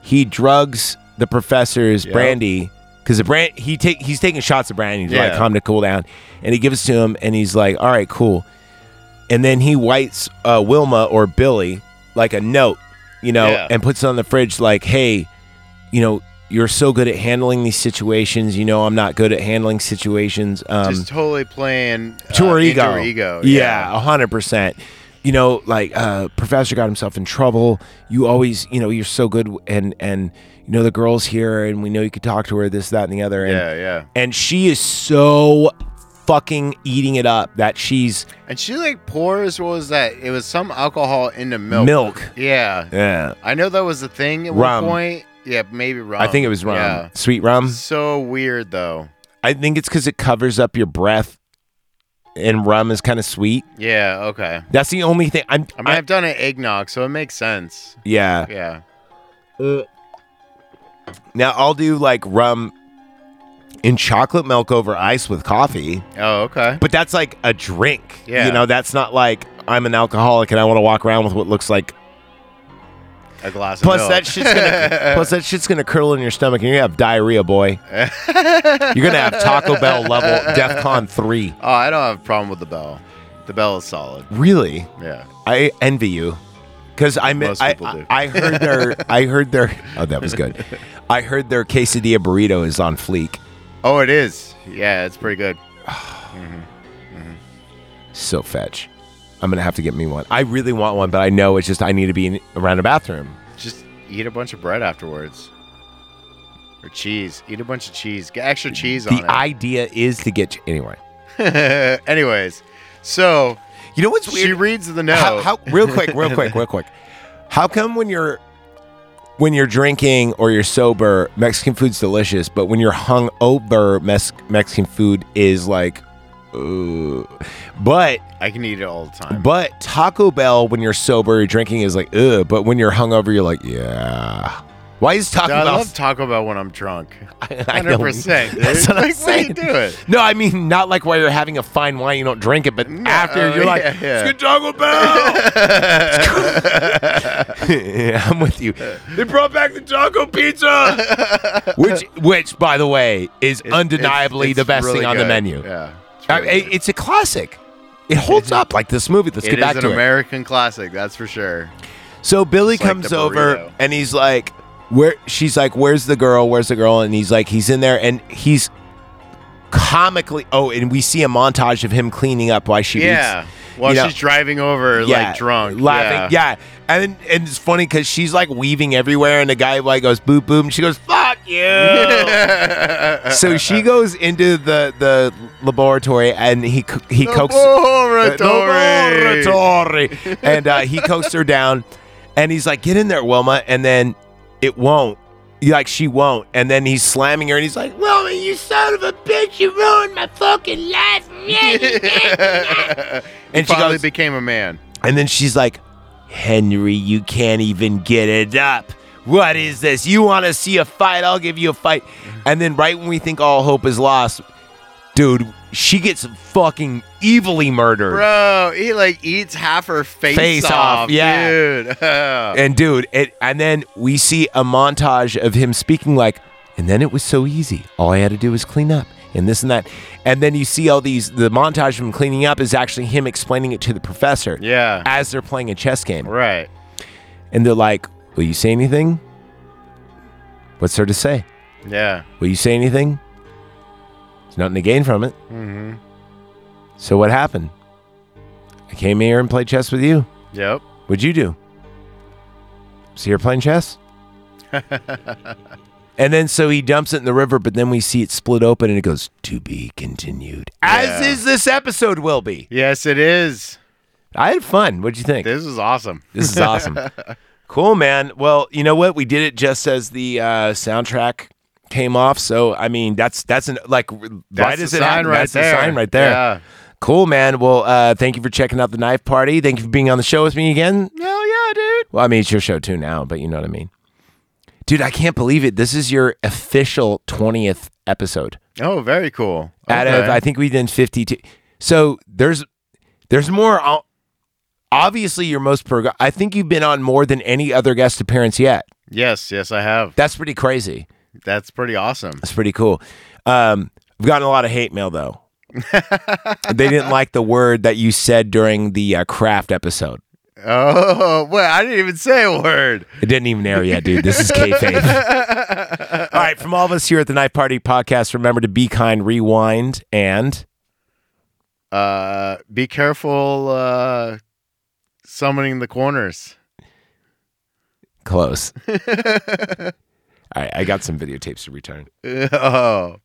Speaker 1: he drugs the professor's brandy because the brand he take he's taking shots of brandy to like
Speaker 2: Yeah.
Speaker 1: calm to cool down, and he gives it to him, and he's like, "All right, cool." And then he whites uh, Wilma or Billy like a note, you know,
Speaker 2: Yeah.
Speaker 1: and puts it on the fridge like, "Hey, you know." You're so good at handling these situations. You know, I'm not good at handling situations. Um,
Speaker 2: Just totally playing uh,
Speaker 1: to her
Speaker 2: into
Speaker 1: ego.
Speaker 2: her ego.
Speaker 1: Yeah, a hundred percent. You know, like uh, Professor got himself in trouble. You always, you know, you're so good, w- and and you know the girls here, and we know you could talk to her, this, that, and the other. And,
Speaker 2: Yeah, yeah.
Speaker 1: And she is so fucking eating it up that she's
Speaker 2: And she like pours what was that? It was some alcohol into milk.
Speaker 1: Milk.
Speaker 2: Yeah.
Speaker 1: yeah.
Speaker 2: I know that was the thing at
Speaker 1: Rum.
Speaker 2: one point. Yeah, maybe rum.
Speaker 1: I think it was rum, Mm-hmm.
Speaker 2: Yeah.
Speaker 1: sweet rum.
Speaker 2: So weird though.
Speaker 1: I think it's because it covers up your breath, and rum is kind of sweet.
Speaker 2: Yeah. Okay.
Speaker 1: That's the only thing. I'm.
Speaker 2: I mean, I, have done an eggnog, so it makes sense.
Speaker 1: Yeah.
Speaker 2: Yeah.
Speaker 1: Now I'll do like rum in chocolate milk over ice with coffee.
Speaker 2: Oh, okay.
Speaker 1: But that's like a drink.
Speaker 2: Yeah.
Speaker 1: You know, that's not like I'm an alcoholic and I want to walk around with what looks like
Speaker 2: A glass.
Speaker 1: plus
Speaker 2: of milk.
Speaker 1: that shit's gonna plus that shit's gonna curl in your stomach and you're gonna have diarrhea, boy. You're gonna have Taco Bell level DEFCON three.
Speaker 2: Oh, I don't have a problem with the bell. The bell is solid.
Speaker 1: Really?
Speaker 2: Yeah.
Speaker 1: I envy you. Cause I, mi-
Speaker 2: Most
Speaker 1: I,
Speaker 2: people do.
Speaker 1: I I heard their I heard their oh that was good. I heard their quesadilla burrito is on fleek.
Speaker 2: Oh, it is. Yeah, it's pretty good. hmm
Speaker 1: So fetch. I'm gonna have to get me one. I really want one, but I know it's just I need to be in, around a bathroom.
Speaker 2: Just eat a bunch of bread afterwards. Or cheese. Eat a bunch of cheese. Get extra cheese on
Speaker 1: the idea is to get you anyway.
Speaker 2: it. Anyways, so
Speaker 1: you know what's
Speaker 2: weird? She reads the note.
Speaker 1: How, how, real quick, real quick, real quick. How come when you're when you're drinking or you're sober, Mexican food's delicious, but when you're hung over, mes- Mexican food is like, ooh. But
Speaker 2: I can eat it all the time.
Speaker 1: but Taco Bell when you're sober, you're drinking is like, ugh. But when you're hungover, you're like, yeah. Why is Taco
Speaker 2: Dude, I
Speaker 1: Bell?
Speaker 2: love Taco Bell when I'm drunk.
Speaker 1: I know.
Speaker 2: Hundred percent.
Speaker 1: That's what I'm
Speaker 2: like,
Speaker 1: saying.
Speaker 2: What are you doing?
Speaker 1: No, I mean not like while you're having a fine wine, you don't drink it, but after
Speaker 2: oh,
Speaker 1: you're like,
Speaker 2: yeah, yeah.
Speaker 1: "Let's get Taco Bell." Yeah, I'm with you. They brought back the taco pizza, which, which by the way, is undeniably
Speaker 2: it's
Speaker 1: the best
Speaker 2: really
Speaker 1: thing on the
Speaker 2: good.
Speaker 1: menu.
Speaker 2: Yeah, it's
Speaker 1: I-
Speaker 2: really
Speaker 1: it- it's a classic. It holds up like this movie. Let's
Speaker 2: It
Speaker 1: get
Speaker 2: is
Speaker 1: back
Speaker 2: an
Speaker 1: to it.
Speaker 2: American classic, that's for sure.
Speaker 1: So Billy
Speaker 2: It's like
Speaker 1: comes
Speaker 2: the
Speaker 1: over
Speaker 2: burrito.
Speaker 1: and he's like, "Where?" She's like, "Where's the girl? Where's the girl?" And he's like, "He's in there," and he's comically. Oh, and we see a montage of him cleaning up while she.
Speaker 2: yeah.
Speaker 1: Eats,
Speaker 2: While
Speaker 1: you know,
Speaker 2: she's driving over,
Speaker 1: yeah,
Speaker 2: like drunk,
Speaker 1: laughing. Yeah, and and it's funny because she's like weaving everywhere, and the guy like goes boop boop, and she goes fuck you. so she goes into the the laboratory, and he co- he coaxes
Speaker 2: Laboratory.
Speaker 1: laboratory, and uh, he coaxed her down, and he's like, "Get in there, Wilma," and then it won't. Like she won't, and then he's slamming her, and he's like, "Wilma, you son of a bitch, you ruined my fucking life."
Speaker 2: and
Speaker 1: And she
Speaker 2: she finally
Speaker 1: goes-
Speaker 2: became a man.
Speaker 1: And then she's like, Henry, you can't even get it up. What is this? You want to see a fight? I'll give you a fight. And then, right when we think all hope is lost, dude, she gets fucking evilly murdered.
Speaker 2: Bro, he like eats half her face,
Speaker 1: Face off, yeah.
Speaker 2: dude.
Speaker 1: And dude, it, and then we see a montage of him speaking like, and then it was so easy. All I had to do was clean up and this and that. And then you see all these. The montage of him cleaning up is actually him explaining it to the professor.
Speaker 2: Yeah.
Speaker 1: As they're playing a chess game.
Speaker 2: Right.
Speaker 1: And they're like, "Will you say anything? What's there to say?
Speaker 2: yeah.
Speaker 1: Will you say anything? There's nothing to gain from it.
Speaker 2: Mm-hmm.
Speaker 1: So what happened? I came here and played chess with you.
Speaker 2: Yep.
Speaker 1: What'd you do? So you're playing chess? And then so he dumps it in the river, but then we see it split open and it goes to be continued. As
Speaker 2: Yeah.
Speaker 1: is this episode will be.
Speaker 2: Yes, it is.
Speaker 1: I had fun. What'd you think?
Speaker 2: This is awesome.
Speaker 1: This is awesome. cool, man. Well, you know what? We did it just as the uh, soundtrack came off. So I mean, that's that's an like right
Speaker 2: That's
Speaker 1: as
Speaker 2: the
Speaker 1: it
Speaker 2: sign
Speaker 1: happened,
Speaker 2: right
Speaker 1: that's
Speaker 2: there.
Speaker 1: the sign right there.
Speaker 2: Yeah.
Speaker 1: Cool, man. Well, uh, thank you for checking out the knife party. Thank you for being on the show with me again.
Speaker 2: Hell yeah, dude.
Speaker 1: Well, I mean, it's your show too now, but you know what I mean. Dude, I can't believe it. This is your official 20th episode.
Speaker 2: Oh, very cool.
Speaker 1: Out of
Speaker 2: Okay.
Speaker 1: I think we did 52. So, there's there's more o- obviously your most pro I think you've been on more than any other guest appearance yet.
Speaker 2: Yes, yes, I have.
Speaker 1: That's pretty crazy.
Speaker 2: That's pretty awesome.
Speaker 1: That's pretty cool. Um, I've gotten a lot of hate mail though. they didn't like the word that you said during the uh, craft episode.
Speaker 2: Oh, well, I didn't even say a word.
Speaker 1: It didn't even air yet, dude. This is kayfabe. All right, from all of us here at the Knife Party Podcast, remember to be kind, rewind, and
Speaker 2: Uh, be careful uh, summoning the corners.
Speaker 1: close. all right, I got some videotapes to return.
Speaker 2: oh.